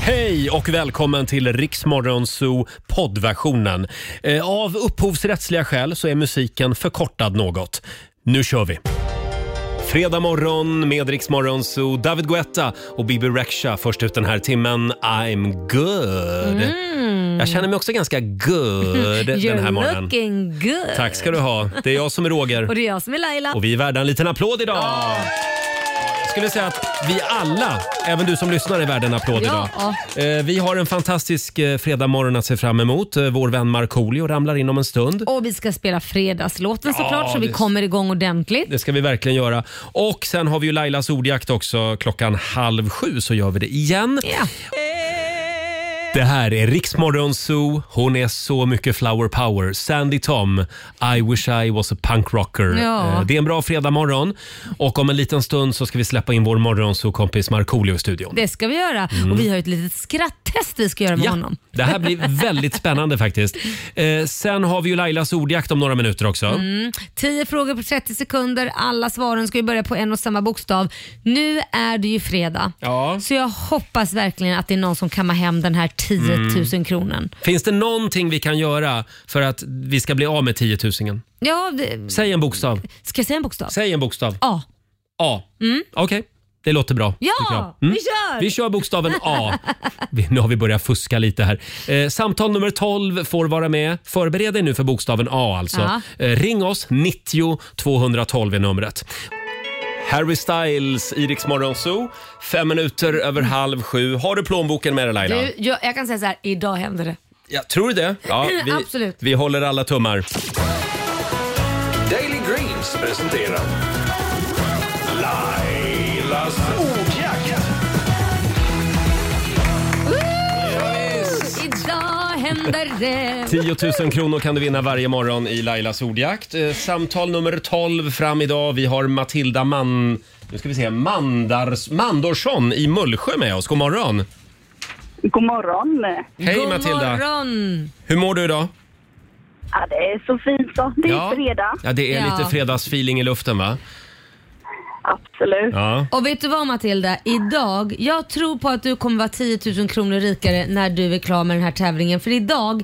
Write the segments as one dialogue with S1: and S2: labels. S1: Hej och välkommen till Riksmorgon Zoo poddversionen. Eh, Av upphovsrättsliga skäl så är musiken förkortad något. Nu kör vi! Fredag morgon med Riksmorgon Zoo. David Guetta och Bibi Rexha först ut den här timmen. I'm good. Jag känner mig också ganska good den här
S2: Mm. You're
S1: morgonen.
S2: looking good.
S1: Tack ska du ha. Det är jag som är Roger.
S2: Och det är jag som är Laila.
S1: Och vi är värda en liten applåd idag! Jag skulle säga att vi alla, även du som lyssnar, är värda en applåd
S2: Ja.
S1: idag. Eh, Vi har en fantastisk eh, fredagmorgon att se fram emot. Eh, Vår vän Markoolio ramlar in om en stund.
S2: Och vi ska spela fredagslåten såklart så vi
S1: visst.
S2: kommer igång ordentligt.
S1: Det ska vi verkligen göra. Och sen har vi ju Lailas ordjakt också. Klockan halv sju så gör vi det igen.
S2: Ja.
S1: Det här är Riksmorgon Zoo. Hon är så mycket flower power. Sandy Tom, I wish I was a punk rocker.
S2: Ja.
S1: Eh, Det är en bra fredagmorgon. Och om en liten stund så ska vi släppa in vår morgonzoo-kompis Markoolio i studion.
S2: Det ska vi göra. Och vi har ett litet skratttest vi ska göra
S1: Mm.
S2: med
S1: Ja,
S2: honom.
S1: det här blir väldigt spännande faktiskt. Eh, sen har vi ju Lailas ordjakt om några minuter också.
S2: Mm. 10 frågor på 30 sekunder. Alla svaren ska ju börja på en och samma bokstav. Nu är det ju fredag.
S1: Ja.
S2: Så jag hoppas verkligen att det är någon som kammar hem den här 10 000
S1: Mm.
S2: kronan.
S1: Finns det någonting vi kan göra för att vi ska bli av med 10 000?
S2: Ja, det,
S1: Säg en bokstav.
S2: ska jag säga en bokstav?
S1: Säg en bokstav.
S2: A.
S1: A. Okej, det låter bra. tycker jag.
S2: Mm. Ja, vi kör!
S1: Mm. Vi kör bokstaven A. Vi- Nu har vi börjat fuska lite här. Eh, samtal nummer 12 får vara med. Förbered dig nu för bokstaven A alltså.
S2: Ja.
S1: Eh, ring oss, 90 212 är numret. Harry Styles, Iriks Zoo. Fem minuter över halv sju. Har du plånboken med dig Laila?
S2: Du, jag, jag kan säga så här, idag händer det.
S1: Ja, tror du det? Ja, vi,
S2: Absolut.
S1: Vi håller alla tummar.
S3: Daily Greens presenterar Lailas ordjakt.
S2: Idag händer det.
S1: 10 000 kronor kan du vinna varje morgon i Lailas ordjakt. Eh, Samtal nummer 12 fram idag. Vi har Matilda Man... Nu ska vi se. Mandars... Mandorsson i Mullsjö med oss. God morgon!
S4: God morgon.
S1: Hej
S2: God
S1: Matilda!
S2: morgon!
S1: Hur mår du idag?
S4: Ja, det är så fint så. Det är fredag.
S1: Ja, det är
S2: Ja.
S1: lite fredagsfeeling i luften va?
S4: Absolut.
S1: Ja.
S2: Och vet du vad Matilda? Idag, jag tror på att du kommer vara 10 000 kronor rikare när du är klar med den här tävlingen. För idag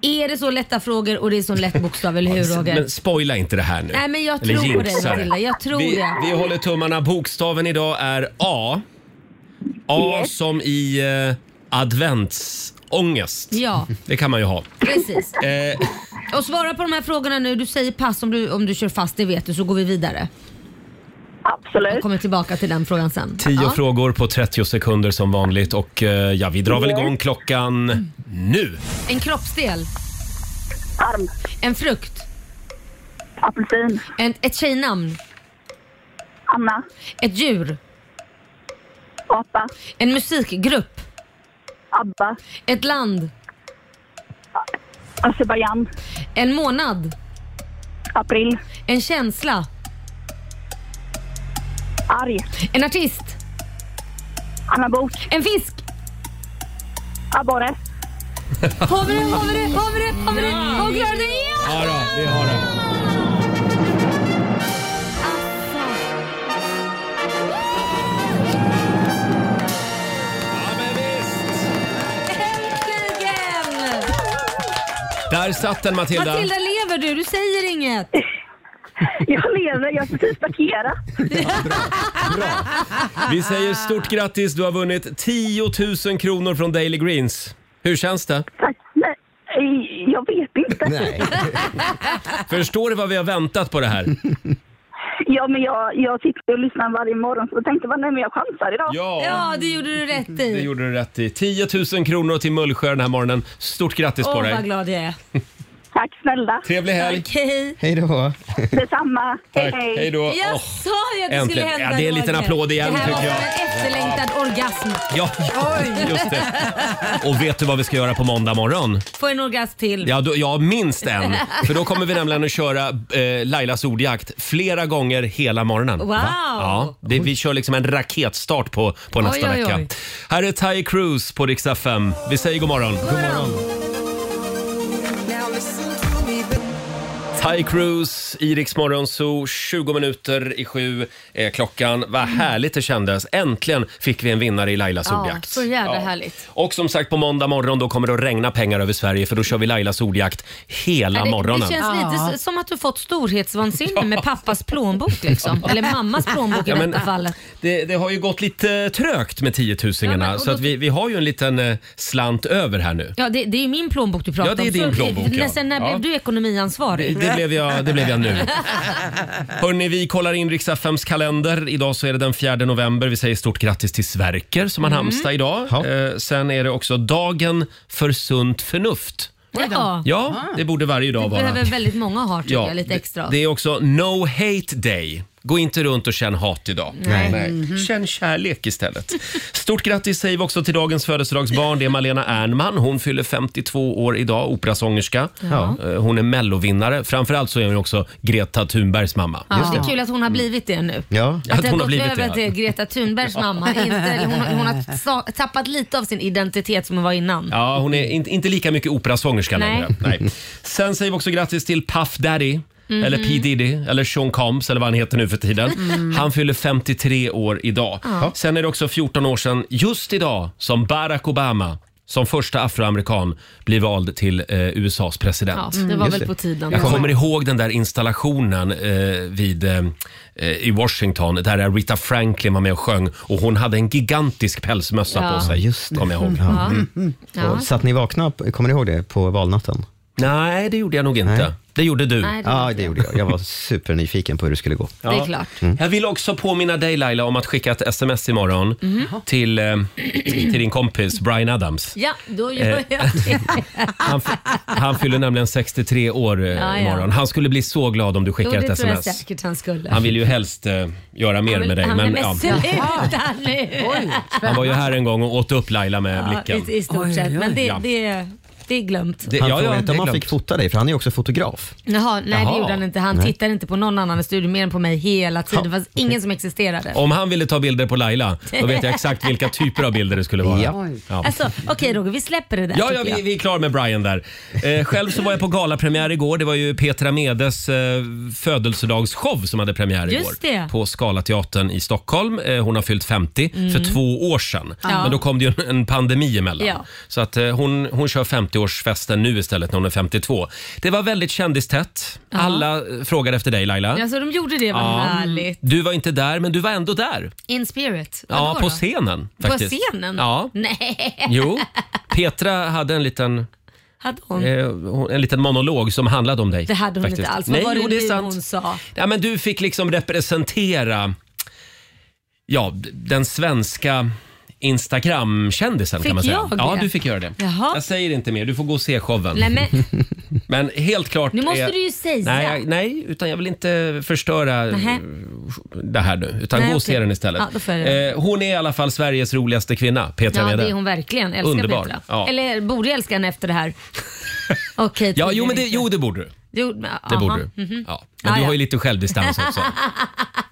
S2: är det så lätta frågor och det är så lätt bokstav, eller hur Roger?
S1: Men spoila inte det här nu.
S2: Nej men jag
S1: Eller
S2: tror på dig
S1: jinxa det.
S2: Matilda, jag tror
S1: vi,
S2: det.
S1: vi håller tummarna. Bokstaven idag är A. A som i eh, adventsångest.
S2: Ja,
S1: Det kan man ju ha.
S2: precis.
S1: Eh,
S2: Och svara på de här frågorna nu. Du säger pass om du, om du kör fast, det vet du, så går vi vidare. Jag
S4: Absolut.
S2: kommer tillbaka till den frågan sen.
S1: Tio
S2: Ja.
S1: frågor på 30 sekunder som vanligt och eh, ja, vi drar väl igång klockan nu.
S2: En kroppsdel,
S4: Arm.
S2: en frukt,
S4: Apelsin.
S2: en, ett tjejnamn,
S4: Anna.
S2: ett djur,
S4: Apa.
S2: en musikgrupp,
S4: Abba.
S2: ett land,
S4: Azerbajdzjan.
S2: en månad,
S4: April.
S2: en känsla,
S4: Arg.
S2: en artist,
S4: Anna Bok.
S2: en fisk.
S4: Abborre.
S2: Har vi det, har vi det, har vi det, har vi det? Har vi klarat det? Ja!
S1: Ja, då, vi har det.
S2: Äntligen!
S1: Där satt den Matilda.
S2: Matilda, lever du? Du säger inget.
S4: Jag lever. Jag typ har precis parkerat.
S1: Vi säger stort grattis, du har vunnit 10 000 kronor från Daily Greens. Hur känns det?
S4: Tack. Nej, eh, jag vet inte.
S5: Nej.
S1: Förstår du vad vi har väntat på det här?
S4: Ja, men jag, jag sitter och lyssnar varje morgon så jag tänkte jag nej, men jag chansar idag.
S2: Ja, det gjorde du rätt
S1: Det
S2: i.
S1: gjorde du rätt i. 10 000 kronor till Mullsjö den här morgonen. Stort grattis
S2: Åh,
S1: på
S2: vad
S1: dig.
S2: glad jag är.
S4: Tack snälla.
S1: Trevlig helg.
S2: Tack, hej.
S5: Hej då.
S4: Detsamma. Hej,
S1: Tack.
S4: hej.
S1: Hej då.
S2: Jag
S1: Åh,
S2: sa ju att det skulle
S1: äntligen.
S2: hända
S1: Ja, det är en liten
S2: Roger.
S1: applåd igen,
S2: Det här
S1: tycker
S2: var
S1: jag.
S2: en efterlängtad orgasm.
S1: Ja, just det. Och vet du vad vi ska göra på måndag morgon?
S2: Få en orgasm till.
S1: Ja, då, ja, minst en. För då kommer vi nämligen att köra eh, Lailas ordjakt flera gånger hela morgonen.
S2: Wow.
S1: Ja, det, vi kör liksom en raketstart på, på nästa
S2: Oj, oj, oj.
S1: vecka. Här är Ty Cruz på Rix FM. Vi säger god morgon.
S2: God morgon.
S1: Ty Cruz, Iriks morgonzoo, 20 minuter i sju är klockan. Vad härligt det kändes. Äntligen fick vi en vinnare i Lailas
S2: Ja,
S1: ordjakt.
S2: så jävla
S1: Ja.
S2: härligt.
S1: Och som sagt, på måndag morgon då kommer det att regna pengar över Sverige för då kör vi Lailas ordjakt hela
S2: Ja, det,
S1: morgonen.
S2: det känns lite s- som att du fått storhetsvansinne med pappas plånbok liksom. Eller mammas plånbok i
S1: Ja, men-
S2: detta fallet.
S1: Det, det har ju gått lite eh, trögt med tiotusingarna
S2: Ja, men- och
S1: så att
S2: då-
S1: vi, vi har ju en liten eh, slant över här nu.
S2: Ja, det, det är ju min plånbok du pratar
S1: Ja, det är
S2: om.
S1: din
S2: Så,
S1: plånbok, ja.
S2: När, sen när
S1: Ja.
S2: blev du
S1: Det,
S2: ekonomiansvarig?
S1: det, blev, jag, det blev jag nu. Hörni, vi kollar in riks FMs kalender. Idag så är det den 4 november. Vi säger stort grattis till Sverker
S2: Mm.
S1: som har namnsdag idag.
S5: Ja.
S1: Eh, sen är det också dagen för sunt förnuft.
S2: Ja,
S1: Ja, det borde varje dag vara.
S2: Ah. behöver väldigt många ha tycker
S1: Ja,
S2: jag, lite
S1: det-
S2: extra.
S1: Det är också No Hate Day. Gå inte runt och känn hat idag.
S2: Nej. Mhm.
S1: Känn kärlek istället. Stort grattis säger vi också till dagens födelsedagsbarn. Det är Malena Ernman. Hon fyller 52 år idag, operasångerska. Eh, Hon är mellovinnare. Framförallt så är hon ju också Greta Thunbergs mamma.
S2: Ja, det är kul att hon har blivit det nu.
S5: Ja.
S1: Mm. Att
S2: Att det
S1: hon
S2: har
S1: har
S2: gått
S1: blivit det,
S2: över
S1: ja.
S2: till Greta Thunbergs mamma. Inte, eller hon, hon har sa- tappat lite av sin identitet som hon var innan.
S1: Ja, hon är inte, inte lika mycket operasångerska
S2: Nej.
S1: längre. Nej. Sen säger vi också grattis till Puff Daddy. Eller
S2: Mm.
S1: P Diddy, eller Sean Combs eller vad han heter nu för tiden. Han fyller 53 år idag. Sen är det också 14 år sedan, just idag, som Barack Obama som första afroamerikan blev vald till eh, USAs president.
S2: Ja, det var
S5: just
S2: väl
S5: det.
S2: på tiden.
S1: Mm. Jag kommer ihåg den där installationen eh, vid, eh, eh, i Washington där Rita Franklin var med och sjöng och hon hade en gigantisk pälsmössa
S2: Ja.
S1: på sig.
S5: Just det.
S1: Kommer Mm. jag ihåg.
S2: Ja. Ja.
S5: Och satt ni vakna, på- kommer ni ihåg det, på valnatten?
S1: Nej, det gjorde jag nog inte.
S5: Nej.
S1: Det gjorde du.
S2: Nej, det,
S5: Ja, det gjorde jag. Jag var supernyfiken på hur det skulle gå.
S2: det är klart.
S5: Mm.
S1: Jag vill också påminna dig Laila om att skicka ett sms imorgon till, eh, till din kompis Brian Adams.
S2: Mhm. Ja, då
S1: Eh,
S2: gör jag det.
S1: Han, f- han fyller nämligen 63 år eh,
S2: Ja, ja.
S1: imorgon. Han skulle bli så glad om du
S2: Jo,
S1: skickar ett
S2: det tror jag
S1: sms.
S2: säkert han skulle.
S1: Han vill ju helst eh, göra mer med dig.
S2: Han,
S1: Men,
S2: men
S1: ja,
S2: sluta nu!
S1: han var ju här en gång och åt upp Laila med
S2: Ja,
S1: blicken.
S2: i, I stort sett, men det, det, det är glömt.
S1: Det-
S5: Han
S1: ja, ja,
S5: frågade inte
S1: det
S5: om
S1: är
S5: han
S1: klart.
S5: fick fota dig, för han är ju också fotograf.
S2: Jaha, nej
S1: Jaha.
S2: det gjorde han inte. Han tittade inte på någon annan i studion mer än på mig hela tiden. Det fanns ingen som existerade.
S1: Om han ville ta bilder på Laila, då vet jag exakt vilka typer av bilder det skulle vara.
S5: Ja.
S1: Ja.
S2: Alltså okej Roger, vi släpper det där
S1: Ja, ja
S2: tycker
S1: vi,
S2: jag.
S1: vi är klara med Brian där. Eh, själv så var jag på galapremiär igår. Det var ju Petra Medes eh, födelsedagsshow som hade premiär igår.
S2: Just det.
S1: På Scalateatern i Stockholm. Eh, hon har fyllt 50 för två år sedan.
S2: Mm. Ja.
S1: Men då kom det ju en, en pandemi emellan.
S2: Ja.
S1: Så att, eh, hon, hon kör 50-årsfesten nu istället när hon är 52. Det var väldigt kändistätt. Alla eh, frågade efter dig Laila.
S2: Alltså de gjorde det, vad
S1: Ja.
S2: härligt.
S1: Du var inte där, men du var ändå där.
S2: In spirit.
S1: Ja,
S2: Vadå
S1: på
S2: då?
S1: scenen.
S2: På
S1: Faktiskt.
S2: scenen?
S1: Ja.
S2: Nej,
S1: Jo. Petra hade en liten
S2: hade hon?
S1: Eh, hon- en liten monolog som handlade om dig.
S2: Mm. Det hade hon
S1: faktiskt.
S2: inte alls. Vad
S1: Nej,
S2: var det
S1: jo, det
S2: nu
S1: är sant.
S2: hon sa?
S1: Ja, men du fick liksom representera ja, d- den svenska Instagram-kändisen
S2: Fick
S1: kan man säga.
S2: jag det?
S1: Ja, du fick göra det.
S2: Jaha.
S1: Jag säger inte mer, du får gå och se showen.
S2: Nej men
S1: Men helt klart...
S2: nu måste
S1: är-
S2: du ju säga.
S1: Eh. Nej, jag- nej, utan jag vill inte förstöra
S2: Nähä.
S1: eh, det här nu. Utan
S2: Nej,
S1: gå och
S2: okej.
S1: se den istället.
S2: Ja, då får jag göra
S1: eh, hon är i alla fall Sveriges roligaste kvinna, Petra
S2: Ja
S1: Mede.
S2: det är hon verkligen. Älskar
S1: Underbar.
S2: Petra.
S1: Ja.
S2: Eller borde älska henne efter det här. Okej.
S1: Ja, jo,
S2: tydligen
S1: men det,
S2: inte.
S1: jo, det borde du.
S2: Jo, men,
S1: Det
S2: aha.
S1: borde du. Ja. Men
S2: Ah,
S1: du
S2: ja.
S1: har ju lite självdistans också.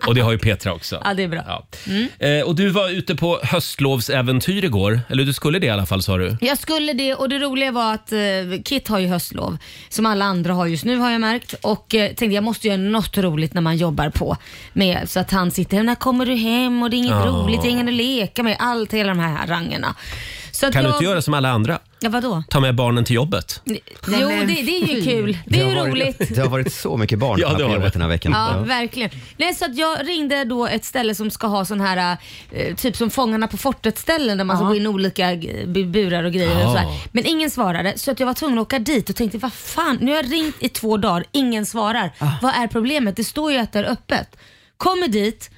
S1: Och det har ju Petra också.
S2: Ja, det är bra. Mm.
S1: Ja. Eh, och du var ute på höstlovsäventyr igår. Eller du skulle det i alla fall sa du.
S2: Jag skulle det och det roliga var att eh, Kit har ju höstlov som alla andra har just nu har jag märkt och eh, tänkte jag måste göra något roligt när man jobbar på med så att han sitter när kommer du hem och det är inget
S1: Ja.
S2: roligt, det är ingen att leka med, allt hela de här rangerna. Så att
S1: Kan du
S2: jag,
S1: inte göra som alla andra?
S2: Ja vadå?
S1: Ta med barnen till jobbet.
S2: Jo det, det är ju kul, det är ju roligt.
S5: Det har varit så mycket barn
S1: Ja, det
S5: här
S1: har
S5: på
S1: det.
S5: jobbet den här veckan.
S2: Ja,
S5: Ja.
S2: verkligen. Nej, så att jag ringde då ett ställe som ska ha sån här, eh, typ som Fångarna på fortet-ställen där man ska gå in i olika eh, bu- burar och grejer.
S1: Ja.
S2: Och så här. Men ingen svarade så att jag var tvungen att åka dit och tänkte vad fan, nu har jag ringt i två dagar, ingen svarar. Vad är problemet? Det står ju att det är öppet. Kommer dit,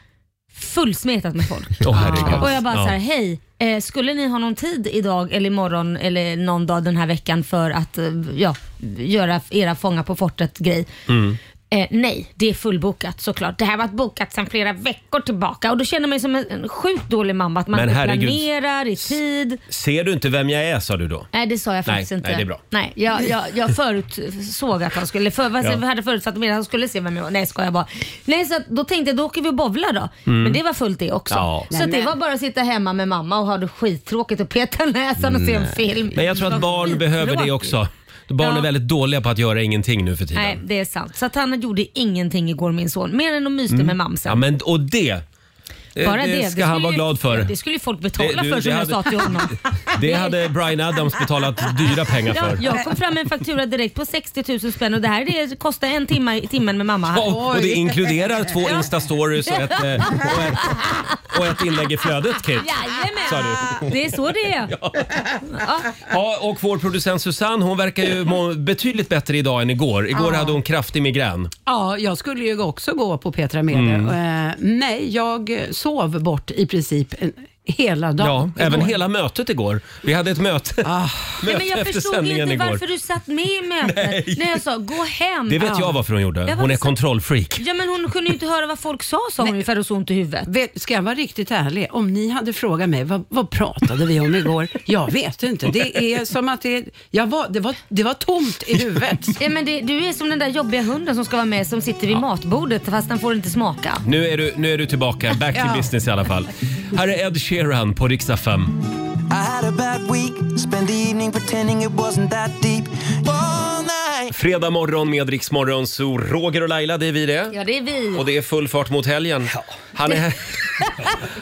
S2: fullsmetat med folk.
S1: Åh, herregud.
S2: Ah. Och jag bara
S1: Ja.
S2: så här, hej, eh, skulle ni ha någon tid idag eller imorgon eller någon dag den här veckan för att eh, ja, göra era Fånga på fortet-grej?
S1: Mm.
S2: Eh, nej, det är fullbokat såklart. Det här har varit bokat sedan flera veckor tillbaka och då känner man ju som en, en sjukt dålig mamma att man
S1: Men
S2: inte
S1: herregud.
S2: planerar i tid.
S1: Ser du inte vem jag är sa du då?
S2: Nej, det sa jag
S1: Nej,
S2: faktiskt inte.
S1: nej, det är bra.
S2: Nej, jag, jag, jag förutsåg att han skulle, för, vad-
S1: Ja.
S2: jag hade förutsatt att han skulle se vem jag var. Nej, ska jag bara. Nej, så att, då tänkte jag då åker vi och bowlar då. Men det var fullt det också.
S1: Mm. Ja.
S2: Så att det var bara att sitta hemma med mamma och ha det skittråkigt och peta näsan och se en film.
S1: Men jag tror att barn behöver det också. Barn
S2: Mm. Ja.
S1: är väldigt dåliga på att göra ingenting nu för tiden.
S2: Nej, det är sant. Så att han gjorde ingenting igår min son. Mer än att myste med mamsen.
S1: Mm. Ja, men, och det, det,
S2: Bara
S1: det, ska han
S2: skulle
S1: vara
S2: ju-
S1: glad för.
S2: Det skulle ju folk betala
S1: Det- du-
S2: för som
S1: det
S2: jag sa
S1: hade-
S2: till honom.
S1: Det hade Brian Adams betalat dyra pengar
S2: Ja,
S1: för.
S2: jag kom fram med en faktura direkt på 60 000 spänn och det här det kostar en timme i timmen med mamma.
S1: Ja,
S2: Här.
S1: och, och det inkluderar två Insta-stories och ett, eh, och, ett, och ett inlägg i flödet, Kit. Sa
S2: Jajamän!
S1: du.
S2: Det är så det är. Ja.
S1: Ja, och vår producent Susanne hon verkar ju må betydligt bättre idag än igår. Igår hade hon kraftig migrän.
S6: Ja, jag skulle ju också gå på Petra Mede.
S1: Mm.
S6: Eh, nej, jag sov bort i princip en, hela
S1: Ja,
S6: dagen.
S1: även
S6: igår.
S1: hela mötet igår. Vi hade ett möte,
S2: Ah. Nej,
S1: möte
S2: men jag
S1: efter
S2: förstod
S1: sändningen
S2: inte
S1: igår.
S2: varför du satt med i mötet när jag sa gå hem.
S1: Det vet jag varför hon gjorde.
S2: Jag var
S1: Hon är
S2: så-
S1: kontrollfreak.
S2: Ja men hon kunde ju inte höra vad folk sa sa hon ju för att så ont i huvudet.
S6: Vet, ska jag vara riktigt ärlig, om ni hade frågat mig vad, vad pratade vi om igår? Jag vet inte. Det är som att det, jag var, det, var, det var tomt i huvudet.
S2: Ja, men det, du är som den där jobbiga hunden som ska vara med som sitter vid matbordet fast den får inte smaka.
S1: Nu är du, nu är du tillbaka, back to
S6: Ja.
S1: business i alla fall. Här är Ed Sheeran på riksdag 5.
S7: I had a bad week, spent the evening pretending it wasn't that deep. All night.
S1: Fredag morgon med Rix Morgon, så Roger och Laila, det är vi det.
S2: Ja det är vi.
S1: Och det är full fart mot helgen. Han är här,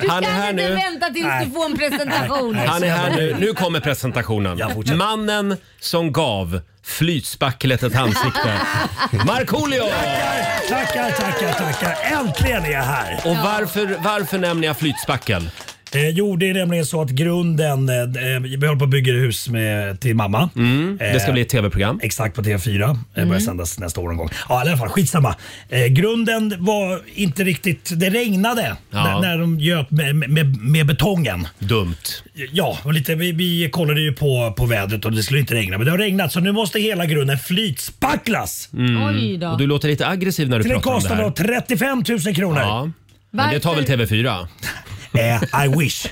S2: du
S1: han är
S2: kan
S1: här
S2: inte
S1: nu.
S2: vänta tills du får en presentation.
S1: han är här nu. Nu kommer presentationen. Mannen som gav flytspacklet ett ansikte. Markoolio!
S8: Tackar, tackar, tackar. Äntligen är jag här.
S1: Och varför, varför nämner jag flytspackel?
S8: Eh, jo, det är nämligen så att grunden, eh, eh, vi håller på att bygga hus med, till mamma. Eh,
S1: Mm, Det ska bli Mm. ett tv-program.
S8: Exakt på TV4. Eh, börjar sändas nästa år någon gång. Ja, i alla fall skitsamma. Eh, grunden var inte riktigt, det regnade
S1: Ja.
S8: när, när de göt med, med, med betongen.
S1: Dumt.
S8: Ja, och lite, vi, vi kollade ju på, på vädret och det skulle inte regna, men det har regnat så nu måste hela grunden flytspacklas
S2: Mm. Oj då.
S1: Mm. Och du låter lite aggressiv när du
S8: till en
S1: pratar om det
S8: kostnad av
S1: här.
S8: 35 000 kronor.
S1: Ja. Men det tar väl
S2: Varför-
S1: TV4?
S8: Eh, I wish.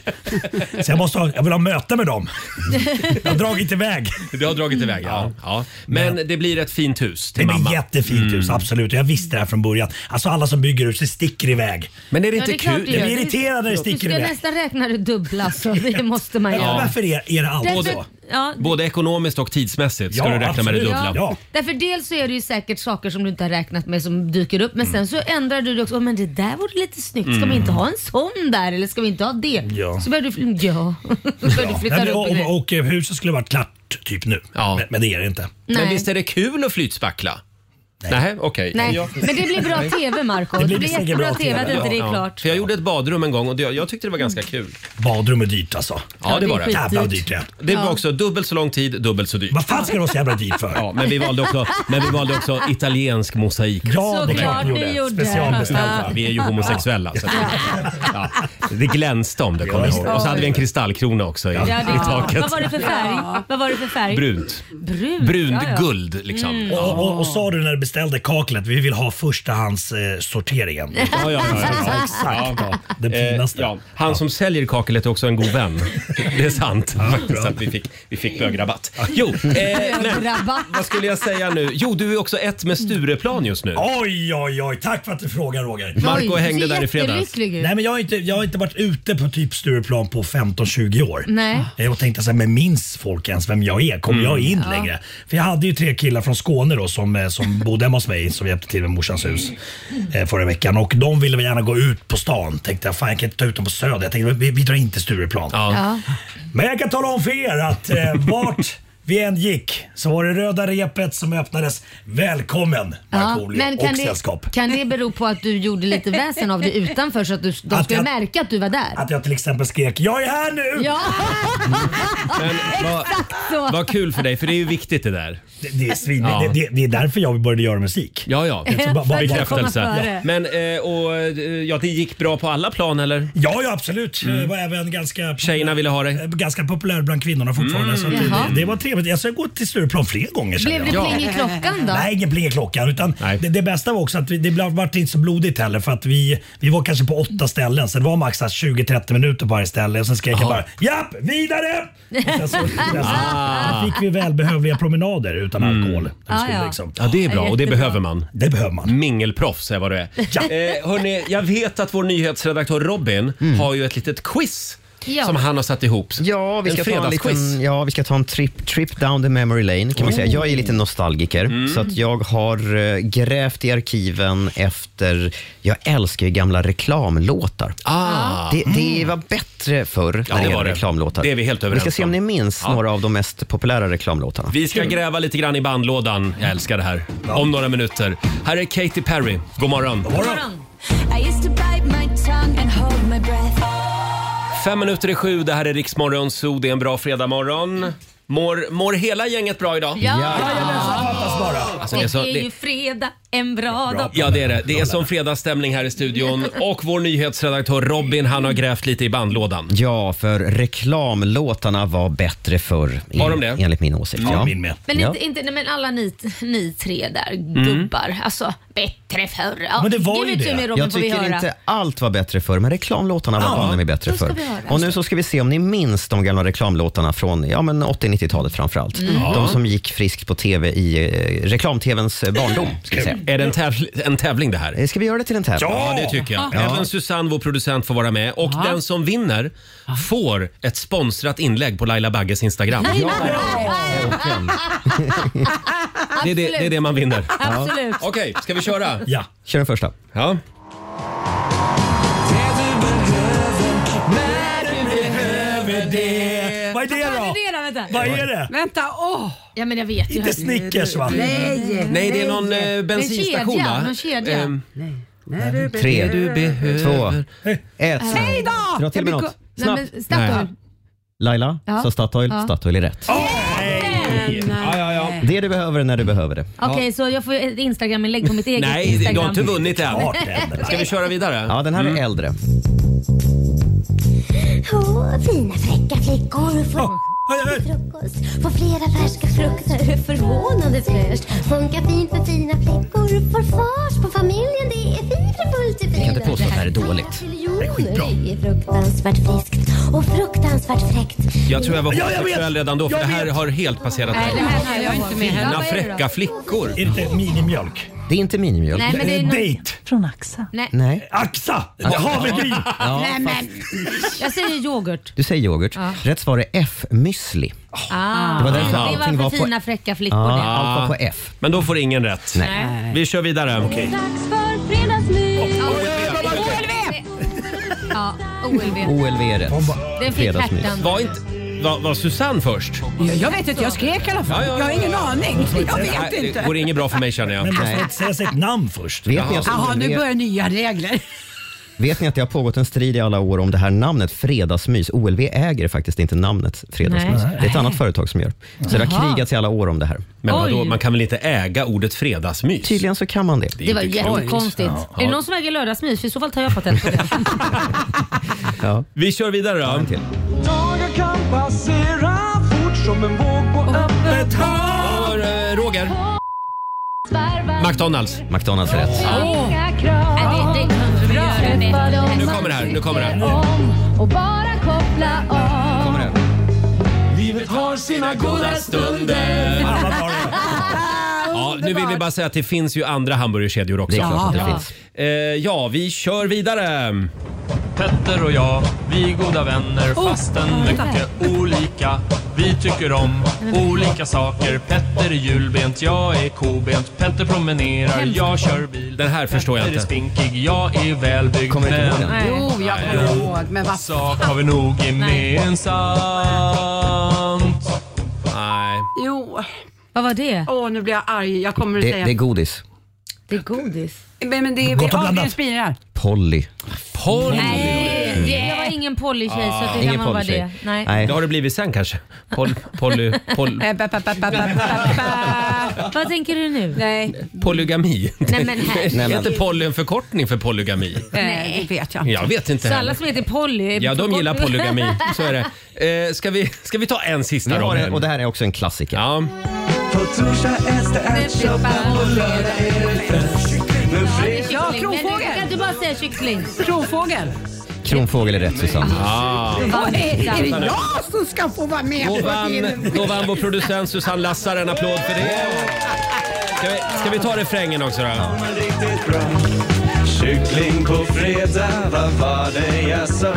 S8: Så jag, måste ha, jag vill ha möte med dem. Jag har dragit iväg.
S1: Det har dragit iväg, ja. ja. Men det blir ett fint hus
S8: Mm. Det
S1: till
S8: är ett
S1: mamma. Mm.
S8: jättefint hus, absolut. Och Jag visste det här från början. Alltså alla som bygger hus, det sticker iväg.
S1: Men är det
S2: Ja,
S1: inte
S2: det är klart
S1: kul?
S2: det
S8: Jag
S2: gör.
S8: blir irriterad när det
S2: Du
S8: sticker
S2: ska
S8: iväg.
S2: nästan räkna det dubbla så det måste man
S8: Men
S2: göra.
S8: Varför är, är det alltid så?
S2: ja,
S1: Både ekonomiskt och tidsmässigt ska
S8: Ja,
S1: du räkna med det
S8: absolut.
S1: dubbla.
S8: Ja.
S2: Därför dels så är det ju säkert saker som du inte har räknat med som dyker upp men sen så ändrar du det också. "Åh, Men det där vore lite snyggt. Ska vi inte
S1: Mm.
S2: ha en sån där eller ska vi inte ha det?
S8: Ja.
S2: Så börjar du, fly- Mm, ja. Så börjar du flytta
S8: Nej, men,
S2: upp och ner.
S8: och, och huset skulle varit klart typ nu.
S1: Ja.
S8: Men, men det är det inte.
S1: Men
S2: Nej.
S1: visst är det kul att flytspackla? Nej, okej.
S2: Nej,
S1: Jag-
S2: men det blir bra TV Marco Det
S8: blir
S2: blir
S8: säkert
S2: jättebra
S8: bra
S2: TV att
S8: TV,
S2: inte det
S1: Ja,
S2: är klart.
S1: För jag gjorde ett badrum en gång och det, jag tyckte det var ganska kul.
S8: Badrum är dyrt alltså.
S1: Ja, det
S2: det är
S1: var det.
S2: skit.
S8: Jävlar vad dyrt det är.
S1: Det var också dubbelt så lång tid, dubbelt så dyrt.
S8: Vad fan ska det vara så jävla dyrt för?
S1: Ja, men, vi valde också, men vi valde också italiensk mosaik.
S8: Ja, det är
S2: Såklart
S8: klart
S2: ni
S8: ni
S2: gjorde.
S8: gjorde. Specialbeställt
S1: Ja,
S8: va?
S1: Vi är ju homosexuella. Så att, ja. Det glänste om det kommer jag ihåg. Och så hade vi en kristallkrona också i,
S2: Ja, det
S1: i
S2: är klart.
S1: taket.
S2: Vad var det för färg? Vad var det för färg?
S1: Brunt.
S2: Brun.
S1: Brunt
S2: ja, Mm. ja.
S1: guld liksom. Ja,
S8: Och, och, och sa du när du beställde kaklet, vi vill ha förstahandssorteringen. Eh, sorteringen.
S1: ja, ja, ja,
S8: Exakt. Ja. Det
S1: Eh,
S8: finaste.
S1: ja. Han som säljer kaklet är också en god vän. Det är sant. faktiskt,
S8: bra.
S1: att vi fick, vi fick bögrabatt. Jo, eh, men,
S2: Bögrabatt.
S1: vad skulle jag säga nu? Jo, du är också ett med Stureplan just nu.
S8: Oj, oj, oj. Tack för att du frågar Roger.
S1: Marco
S2: Oj,
S1: hängde
S2: du ser
S1: där i fredags.
S2: jättelycklig ut.
S8: Nej, men jag, har inte, jag har inte varit ute på typ Stureplan på 15-20 år.
S2: Nej.
S8: Jag tänkte så här, men minns folk ens vem jag är? Kommer
S1: Mm.
S8: jag in längre? För jag hade ju tre killar från Skåne då som, eh, som bodde hemma hos mig som hjälpte till med morsans hus eh, förra veckan. Och de ville gärna gå ut på stan. Tänkte jag, fan jag kan inte ta ut dem på Söder. Jag tänkte, vi, vi drar inte Stureplan.
S2: Ja.
S8: Men jag kan tala om för er att eh, vart vi än gick så var det röda repet som öppnades. Välkommen Markoolio
S2: men kan
S8: och
S2: det,
S8: sällskap.
S2: kan det bero på att du gjorde lite väsen av det utanför så att du, de
S8: Att
S2: skulle
S8: jag-
S2: märka att du var där?
S8: Att jag till exempel skrek “Jag är här nu!”
S2: Ja,
S1: Men vad,
S2: så.
S1: vad kul för dig, för det är ju viktigt det där.
S8: Det, det, är svin,
S1: Ja.
S8: det, det, det är därför jag började göra musik.
S1: Ja, ja.
S8: Så bara- bara-
S2: För att komma
S1: Bekräftelse.
S2: före.
S1: Men, eh, och, eh, ja, det gick bra på alla plan eller?
S8: Ja, ja absolut. Jag var även ganska,
S1: Mm. Tjejerna ville ha Mm. dig.
S8: eh, ganska populär bland kvinnorna fortfarande. Så att
S2: Jaha.
S8: det, det var trevligt. Alltså, Jag ska gå till Stureplan fler gånger känner
S2: Blev det
S8: jag.
S1: Ja.
S2: pling i klockan då?
S8: Nej, ingen pling i klockan. Utan
S1: Nej.
S8: det, det bästa var också att vi, det blev- vart inte så blodigt heller för att vi, vi var kanske på åtta ställen. Så det var max så här 20-30 minuter på varje ställe och sen skrek jag bara “Japp, vidare!” och sen så, sen så
S1: Ah.
S8: fick vi välbehövliga promenader utan alkohol. Det,
S2: Ja,
S8: skulle
S2: ja.
S8: liksom,
S1: Mm. Ja, det är bra och det
S2: Jättebra.
S1: behöver man.
S8: det behöver man.
S1: Mingelproffs är vad
S5: Mm.
S1: du är. Eh, hörni, jag vet att vår nyhetsredaktör Robin har ju ett litet quiz
S2: Ja.
S1: som han har satt ihop.
S5: Ja, vi ska,
S1: en
S5: ta en
S1: fredagsquiz.
S5: liten, ja, vi ska ta en trip, trip down the memory lane. Kan man säga. Jag är lite nostalgiker,
S1: Mm.
S5: så att jag har eh, grävt i arkiven efter... Jag älskar ju gamla reklamlåtar.
S1: Ah.
S5: Det, det var bättre förr
S1: Ja,
S5: när
S1: det
S5: det
S1: var
S5: gäller
S1: det.
S5: reklamlåtar.
S1: Det är vi helt
S5: Vi ska
S1: överens
S5: se om
S1: om.
S5: ni minns
S1: Ja.
S5: några av de mest populära reklamlåtarna.
S1: Vi ska gräva lite grann i bandlådan. Jag älskar det här. Om några minuter. Här är Katy Perry. God morgon.
S2: Morgon.
S9: I used to bite my tongue and hold my breath.
S1: Fem minuter i sju. Det här är Riksmorgon Zoo. Det är en bra fredagmorgon. Mår, mår hela gänget bra idag?
S2: Ja,
S8: Fattas bara.
S1: Alltså,
S2: det
S1: så-
S2: är ju fredag, en bra dag.
S1: Ja, det är det. Det är som fredagsstämning här i studion. Och vår nyhetsredaktör Robin, han har grävt lite i bandlådan.
S5: Ja, för reklamlåtarna var bättre förr. en-
S1: Var de det?
S5: Enligt min åsikt.
S8: Ja, min med.
S2: Men,
S5: Ja.
S2: inte, inte, nej, men alla ni, ni tre där, gubbar. Alltså, bättre förr. Ja,
S8: Men det var
S2: ge
S8: ju
S2: mig
S8: det.
S2: tur med Robin,
S5: Jag
S2: får vi
S5: tycker
S2: höra.
S5: inte allt var bättre förr, men reklamlåtarna var banne mig bättre
S2: då ska
S5: förr.
S2: vi höra.
S5: Och nu så ska vi se om ni minns de gamla reklamlåtarna från ja, men 80-90-talet framförallt.
S2: Mm.
S5: De som gick friskt på tv i eh, reklam-tvns barndom. Ska vi, säga.
S1: Är det en, täv- en tävling det här?
S5: Eh, ska vi göra det till en tävling?
S1: Ja, det tycker jag. Även Susanne, vår producent, får vara med. Och den som vinner får ett sponsrat inlägg på Laila Bagges Instagram.
S2: Nej, men bra.
S1: Det är det, det, är det man vinner.
S2: Absolut.
S1: Okej, ska vi köra?
S8: Ja.
S5: Kör den första.
S1: Ja.
S8: Vad är det
S2: Vad
S8: då?
S2: är det då? Vänta.
S8: Vad är det?
S6: Vänta, åh!
S2: Ja, men jag vet ju.
S8: Inte Snickers va?
S1: Nej, det är någon eh, bensinstation
S2: kedja,
S1: va?
S2: någon kedja. Mm.
S1: Ehm,
S5: Tre, två, ett.
S6: Hej då!
S5: Dra till med
S6: Jag
S5: något.
S2: Nej,
S5: Snabbt.
S2: men Statoil.
S5: Laila
S2: Ja.
S5: sa Statoil.
S2: Ja.
S5: Statoil är rätt.
S1: ja, ja, ja.
S5: Det du behöver när du behöver det.
S2: Okej, så jag får ett Instagram-inlägg på mitt eget
S1: Nej, du har
S2: Instagram.
S1: inte vunnit än.
S8: Klart det är det.
S1: Ska vi köra vidare?
S5: Ja, den här är äldre.
S9: Åh, fina fräcka flickor får
S8: Hej, hej.
S9: frukost. Får flera färska frukter, förvånande fräscht. Funkar fint för fina flickor. Får fars på familjen, det är fibrer fullt i
S5: kan inte påstå att det här är dåligt.
S9: Det är skitbra. Det är fruktansvärt friskt och fruktansvärt fräckt.
S1: Jag tror jag var
S8: Ja, jag vet.
S1: homosexuell redan då för det
S8: Jag
S1: här
S8: vet.
S1: har helt passerat
S2: Nej, det
S1: mig.
S2: här är jag inte med
S1: Mina fräcka flickor.
S8: Är det inte minimjölk?
S5: Det är inte minimjölk.
S2: Nej, men det är någon...
S8: Date.
S2: Nej.
S5: Nej.
S8: Axa! Havregryn!
S2: Nej, men. Jag säger yoghurt.
S5: Du säger yoghurt. Rätt svar är F-müsli.
S2: Ah.
S5: Det var därför
S2: Det
S5: allting
S2: var
S5: var
S2: för
S5: på
S2: fina fräcka flickor
S5: Ja,
S2: det.
S5: allt var på F.
S1: Men då får ingen rätt.
S2: Nej.
S1: Vi kör vidare.
S9: Dags för fredagsmys.
S2: Ja, OLV.
S5: OLV är rätt.
S2: Den fick
S5: Fredagsmys.
S2: hjärtan.
S1: Var, inte, var, var Susanne först?
S6: Ja, jag vet inte, jag skrek i alla fall.
S1: Ja, ja, ja.
S6: Jag har ingen aning. Jag vet
S1: Nej, det
S6: inte.
S1: går inget bra för mig känner jag.
S8: Men måste man inte säga sitt namn först?
S5: Vet ni,
S6: Jaha,
S5: att,
S6: nu
S5: vet,
S6: börjar nya regler.
S5: vet ni att det har pågått en strid i alla år om det här namnet Fredagsmys? OLV äger faktiskt inte namnet Fredagsmys. Det är ett annat företag som gör. Så det har krigats i alla år om det här.
S1: Men vadå,
S2: Oj.
S1: man kan väl inte äga ordet fredagsmys?
S5: Tydligen så kan man det.
S2: Det var
S1: inte
S2: jättekonstigt. Är det någon som äger lördagsmys? För I så fall tar jag patent på det.
S1: Vi kör vidare då.
S5: till.
S3: Dagar kan passera fort som en våg på öppet hav.
S1: För, eh, Roger. McDonalds.
S5: McDonalds är rätt.
S2: Nej, det, det, gör det.
S1: Nu kommer det här. Nu kommer det här.
S9: Och bara koppla av.
S1: Livet har sina goda stunder. Ja, nu vill vi bara säga att det finns ju andra hamburgerkedjor också.
S5: Det är klart att det finns.
S1: Eh, ja, vi kör vidare.
S10: Petter och jag, vi är goda vänner fastän mycket olika. Vi tycker om olika saker. Petter är julbent, jag är kobent. Petter promenerar, jag kör bil.
S1: Den här förstår jag
S10: Petter är
S1: inte.
S10: spinkig, jag är välbyggd.
S5: Kommer
S3: Eh,
S5: inte ihåg
S10: Men
S5: den.
S6: Jo, jag kommer ihåg. Men vad
S10: en sak har vi nog gemensamt.
S1: Nej.
S6: Jo,
S2: Vad var det?
S6: åh nu blir jag arg. Jag kommer att
S5: Det, det är
S6: säga.
S5: godis.
S2: Det är godis.
S6: Men, men det är
S8: Gott och
S6: ja, det är
S8: blandat.
S6: spirar.
S5: Polly.
S1: Polly.
S2: Jag var ingen polytjej så det kan
S5: Ingen
S2: man vara
S5: Polly-tjej.
S2: det. Nej.
S1: Det har det blivit sen kanske. Pol, poly, pol,
S6: Eh, ba, ba, ba, ba, ba, ba, ba.
S2: Vad tänker du nu?
S6: Nej,
S1: polygami.
S2: Nej, men här-
S1: Är inte poly en förkortning för polygami?
S6: eh, det vet jag inte.
S1: Jag vet inte
S2: Så alla
S1: heller.
S2: som heter Polly är
S1: Ja, de gillar polygami. Så är det. Eh, ska, vi, ska vi ta en
S5: Vi
S1: sista
S5: har det,
S1: Robin?
S5: och det här är också en klassiker.
S1: Ja.
S3: På torsdag äts det ärtsoppa och lördag är det fest. Men fredag
S6: Ja,
S2: Men du
S6: kronfågel.
S2: kan inte bara säga kyckling.
S6: Kronfågel.
S5: Kronfågel är rätt Susanne.
S1: Ah.
S6: Och är, är det jag som ska få vara med?
S1: Då
S6: på
S1: vann,
S6: din-
S1: då vann vår producent Susanne Lassar en applåd för det. Ska vi, ska vi ta refrängen också då?
S3: är riktigt bra. Kyckling på fredag, vad var det jag sa?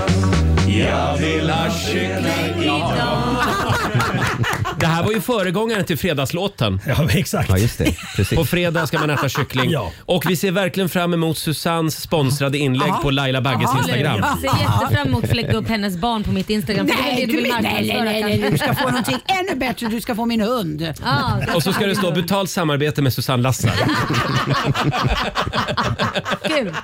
S3: Jag vill ha
S1: Det här var ju föregångaren till fredagslåten.
S8: Ja, exakt.
S5: Ja, just det. Precis.
S1: På fredag ska man äta kyckling.
S8: Ja.
S1: Och vi ser verkligen fram emot Susannes sponsrade inlägg på Laila Bagges Instagram.
S2: Jag ser jättefram emot att lägga upp hennes barn på mitt Instagram. för det är
S11: Nej,
S2: det du
S11: du,
S2: vill
S11: nej, nej,
S2: marknadsföra,
S11: nej, nej,
S2: kanske.
S11: du ska få någonting ännu bättre. Du ska få min hund.
S2: Ja,
S1: Och så ska det stå betalt samarbete med Susanne Lassar.
S2: Kul.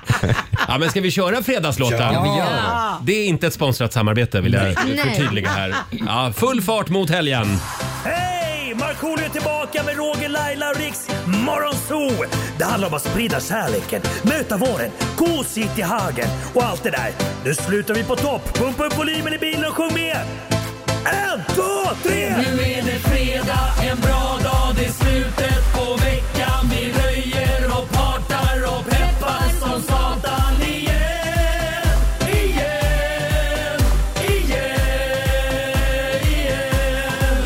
S1: Ja, men ska vi köra fredagslåten?
S11: Ja.
S2: Ja.
S1: Det är inte ett sponsrat samarbete vill jag
S2: Nej.
S1: förtydliga här. Ja, full fart mot helgen.
S8: Hej! Markoolio är tillbaka med Roger, Laila och Riks Morgonzoo! Det handlar om att sprida kärleken, möta våren, gosigt i hagen och allt det där. Nu slutar vi på topp! Pumpa upp volymen i bilen och sjung med! En, två, tre!
S3: Nu är det fredag, en bra dag, det är slutet på veckan. Vi röjer och partar och peppar som satan igen. Igen, igen, igen.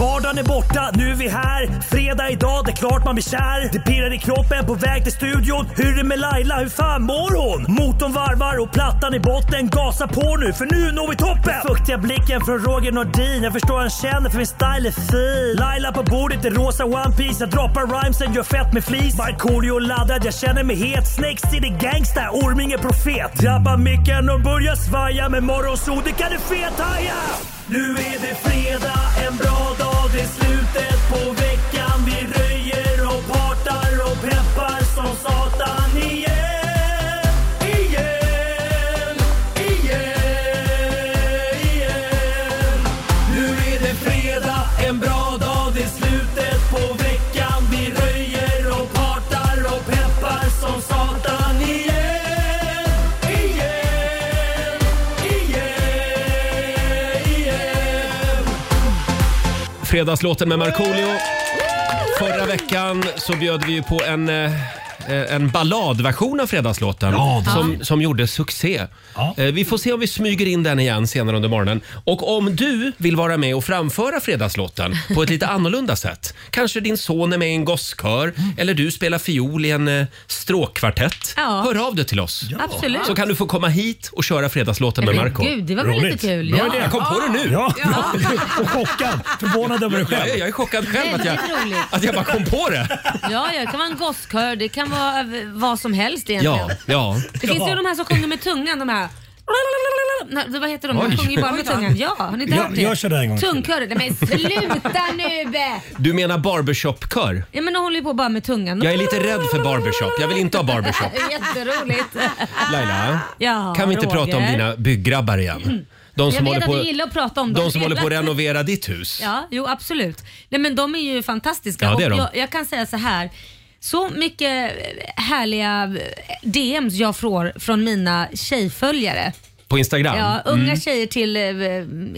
S8: Vardagen är borta, nu är vi här. Fredag idag, det är klart man blir kär. Det pirrar i kroppen på väg till studion. Hur är det med Laila, hur fan mår hon? Motorn varvar och plattan i botten. Gasa på nu, för nu når vi toppen! Den fuktiga blicken från Roger Nordin. Jag förstår han känner, för min style är fin. Laila på bordet i rosa One Piece Jag droppar rhymesen, gör fett med flis. Markoolio laddad, jag känner mig het. Snake City gangsta, Orming är profet. Drabbar micken och börjar svaja. Med morgonsol, det kan du fethaja!
S3: Nu är det fredag, en bra dag, det är slutet på veckan. Vi röjer och partar och peppar som satan igen. Igen, igen, igen. Nu är det fredag, en bra dag, det är slutet på veckan. Vi röjer och partar och peppar som satan igen. Igen, igen, igen.
S1: Fredagslåten med Markoolio. Förra veckan så bjöd vi ju på en, eh, en balladversion av Fredagslåten
S8: Ja, det-
S1: som, som gjorde succé.
S8: Ja.
S1: Eh, Vi får se om vi smyger in den igen senare under morgonen. Och om du vill vara med och framföra Fredagslåten på ett lite annorlunda sätt. Kanske din son är med i en gosskör eller du spelar fiol i en eh, stråkkvartett.
S2: Ja.
S1: Hör av dig till oss.
S2: Absolut.
S1: Så kan du få komma hit och köra Fredagslåten med
S2: Men
S1: Marco.
S2: gud, det var väl lite kul?
S1: Bra idé, jag kom på det nu.
S8: Ja, och chockad. Förvånad över dig
S1: Jag,
S8: själv.
S1: är- jag är chockad själv att jag,
S2: Väldigt roligt.
S1: att jag bara kom på det.
S2: Ja, ja, det kan vara en gosskör, det kan vara eh, vad som helst egentligen.
S1: Ja, ja.
S2: Det finns ju de här som sjunger med tungan, de här Nej, vad heter de? De
S1: Oj.
S2: sjunger ju bara med tungan. Ja, har ni inte
S8: Ja,
S2: hört det?
S8: jag kör det en gång till.
S2: Tungkörer. Nej men sluta nu!
S1: Du menar barbershopkör?
S2: Ja men de håller ju på bara med tungan.
S1: Jag är lite rädd för barbershop. Jag vill inte ha barbershop.
S2: Jätteroligt.
S1: Laila,
S2: Ah. Ja,
S1: kan vi inte
S2: Roger.
S1: prata om dina bygggrabbar igen? De
S2: Jag
S1: som, håller
S2: vet att du
S1: på,
S2: gillar att prata om dem.
S1: de som håller på att renovera ditt hus.
S2: Ja, jo absolut. Nej men de är ju fantastiska.
S1: Ja, det är
S2: och
S1: de.
S2: jag, jag kan säga så här. Så mycket härliga DMs jag får från mina tjejföljare.
S1: På Instagram.
S2: Ja, unga tjejer till eh,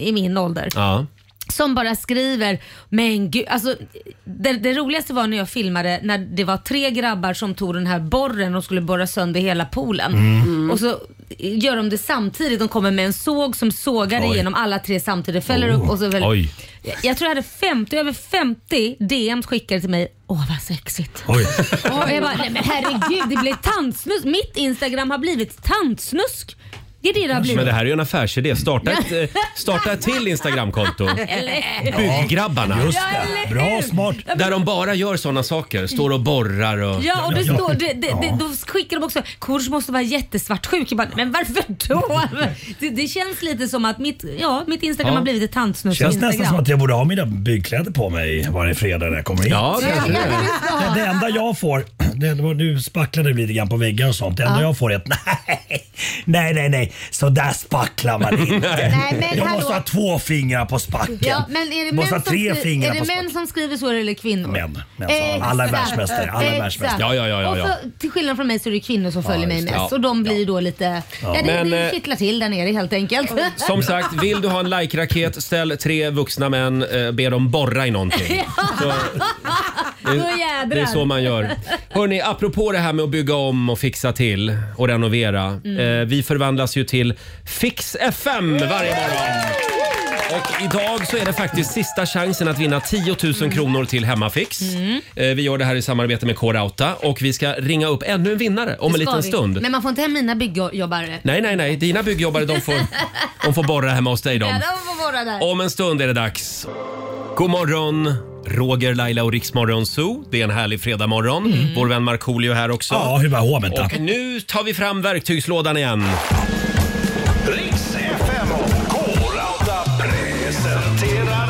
S2: i min ålder.
S1: Mm. Ja.
S2: Som bara skriver, men gud, alltså, det, det roligaste var när jag filmade när det var tre grabbar som tog den här borren och skulle borra sönder hela poolen.
S1: Mm.
S2: Och så gör de det samtidigt, de kommer med en såg som sågar
S1: Oj. Oh.
S2: igenom alla tre samtidigt, fäller upp och så väl,
S1: Oj.
S2: Jag, jag tror jag hade 50, över 50 DM skickade till mig, åh vad sexigt.
S8: Oj.
S2: Och jag bara, nej men herregud det blev tantsnusk, mitt Instagram har blivit tantsnusk. Det är det det har
S1: Men
S2: blivit.
S1: det här är ju en affärsidé. Starta ett, eh, starta ett till Instagramkonto.
S2: Eller?
S1: Bygggrabbarna.
S8: Just
S2: Ja, eller
S8: det.
S2: hur?
S8: Bra, smart.
S1: Där de bara gör såna saker. Står och borrar och...
S2: Ja, och det
S8: Ja.
S2: står, det, det, det, då skickar de också Kors måste vara jättesvartsjuk. Jag bara, men varför då? Det, det känns lite som att mitt, ja, mitt Instagram
S1: Ja.
S2: har blivit ett tantsnusk
S8: Känns
S2: Instagram.
S8: nästan som att jag borde ha mina byggkläder på mig varje fredag när jag kommer hit.
S1: Ja, kanske det.
S8: Det, det enda jag får, det, det var- nu spacklade det lite grann på väggar och sånt. Det enda jag får är att nej, nej, nej, nej, så där spacklar man inte.
S11: Nej, men
S8: jag
S11: hallå.
S8: måste ha två fingrar på spacken.
S2: Ja, men är det
S8: jag måste
S2: män,
S8: ha tre
S2: som, skri-
S8: fingrar
S2: är det
S8: på
S2: män
S8: spacken.
S2: som skriver så eller kvinnor?
S8: Män, män som alla är
S2: Exakt.
S8: världsmästare. Alla är
S2: Exakt.
S1: Ja,
S8: världsmästare.
S1: ja, ja, ja, ja.
S2: Och så, till skillnad från mig så är det kvinnor som följer mig
S1: just det.
S2: mest
S1: Ja.
S2: och de blir ju då lite... Ja, det,
S1: Men, eh,
S2: det kittlar till där nere helt enkelt.
S1: Som sagt, vill du ha en like-raket, ställ tre vuxna män, eh, be dem borra i någonting. Så,
S2: Då
S1: det,
S2: jädrar.
S1: det är så man gör. Hörni, apropå det här med att bygga om och fixa till och renovera.
S2: Mm.
S1: Eh, vi förvandlas ju till Fix FM varje morgon. Och idag så är det faktiskt sista chansen att vinna 10 000
S2: Mm.
S1: kronor till Hemmafix. Eh, Vi gör det här i samarbete med K-Rauta och vi ska ringa upp ännu en vinnare om en
S2: Ska
S1: liten
S2: vi.
S1: stund.
S2: Men man får inte hem mina byggjobbare.
S1: Nej, nej, nej. Dina byggjobbare de får De får borra hemma hos dig
S2: Ja,
S1: de.
S2: de får vara där.
S1: Om en stund är det dags. God morgon, Roger, Laila och Riksmorgon Zoo. Det är en härlig fredagmorgon.
S2: Mm.
S1: Vår vän Markoolio är här också.
S8: Ja, hur var hovet då?
S1: Och nu tar vi fram verktygslådan igen.
S3: Riks FM och K-Rauta presenterar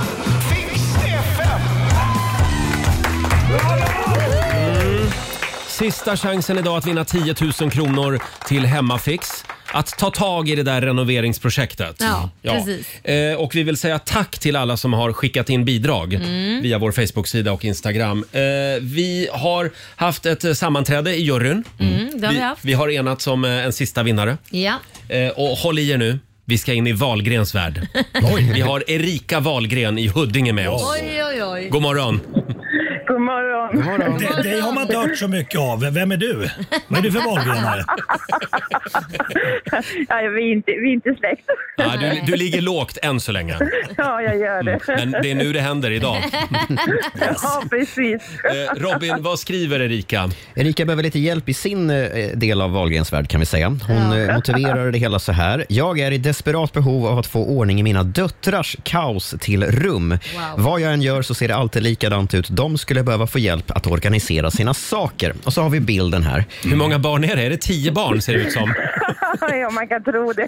S3: Fix FM.
S1: Sista chansen idag att vinna 10 000 kronor till Hemmafix. Att ta tag i det där renoveringsprojektet.
S2: Ja, precis.
S1: Eh, och vi vill säga tack till alla som har skickat in bidrag
S2: Mm.
S1: via vår Facebook-sida och Instagram. Eh, vi har haft ett eh, sammanträde i juryn.
S2: Mm, det har vi
S1: vi,
S2: haft.
S1: vi har enats om eh, en sista vinnare.
S2: Ja.
S1: Eh, och håll i er nu. Vi ska in i Wahlgrens värld. Vi har Erika Wahlgren i Huddinge med oss.
S2: Oj, oj, oj.
S1: God morgon.
S8: God morgon. God morgon. Det, det har man inte hört så mycket av. Vem är du? Vad är du för valgrenare?
S4: Nej, vi är inte, vi är inte släkt.
S1: Ja, du, du ligger lågt än så länge.
S4: Ja, jag gör det.
S1: Men det är nu det händer idag. Mm.
S4: Ja, precis.
S1: Eh, Robin, vad skriver Erika?
S5: Erika behöver lite hjälp i sin eh, del av Wahlgrens värld kan vi säga. Hon eh, motiverar det hela så här. Jag är i desperat behov av att få ordning i mina döttrars kaos till rum. Vad jag än gör så ser det alltid likadant ut. De skulle behöva få hjälp att organisera sina saker. Och så har vi bilden här.
S1: Hur många barn är det? Är det tio barn ser det ut som?
S4: ja, man kan tro det.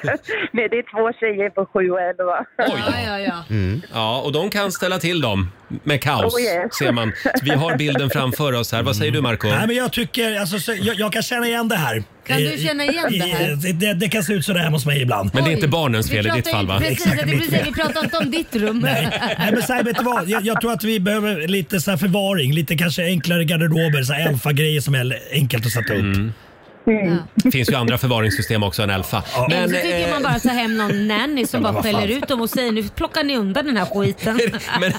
S4: Nej, det är två tjejer på sju och elva.
S2: Ja, ja, ja.
S1: Ja, och de kan ställa till dem med kaos,
S4: Oh, yes.
S1: ser man. Vi har bilden framför oss här. Vad säger du, Marco?
S8: Nej, men jag tycker, alltså, så, jag, jag kan känna igen det här.
S2: Kan du känna igen det här?
S8: Eh, Det, det, det kan se ut sådär hemma hos mig ibland.
S1: Men det är inte barnens fel i ditt fall, va?
S2: Precis, det är precis, vi pratar inte om ditt rum.
S8: Nej men så här, vet du vad? Jag, jag tror att vi behöver lite så här förvaring, lite kanske enklare garderober, så här Elfa-grejer som är enkelt att sätta upp.
S1: Mm. Det finns ju andra förvaringssystem också än Elfa.
S2: Eller
S1: Men,
S2: så
S1: eh,
S2: tycker man bara ta hem någon nanny som
S1: men
S2: bara
S1: vad fan.
S2: skäller ut dem och säger nu plockar ni undan den här skiten.
S1: men,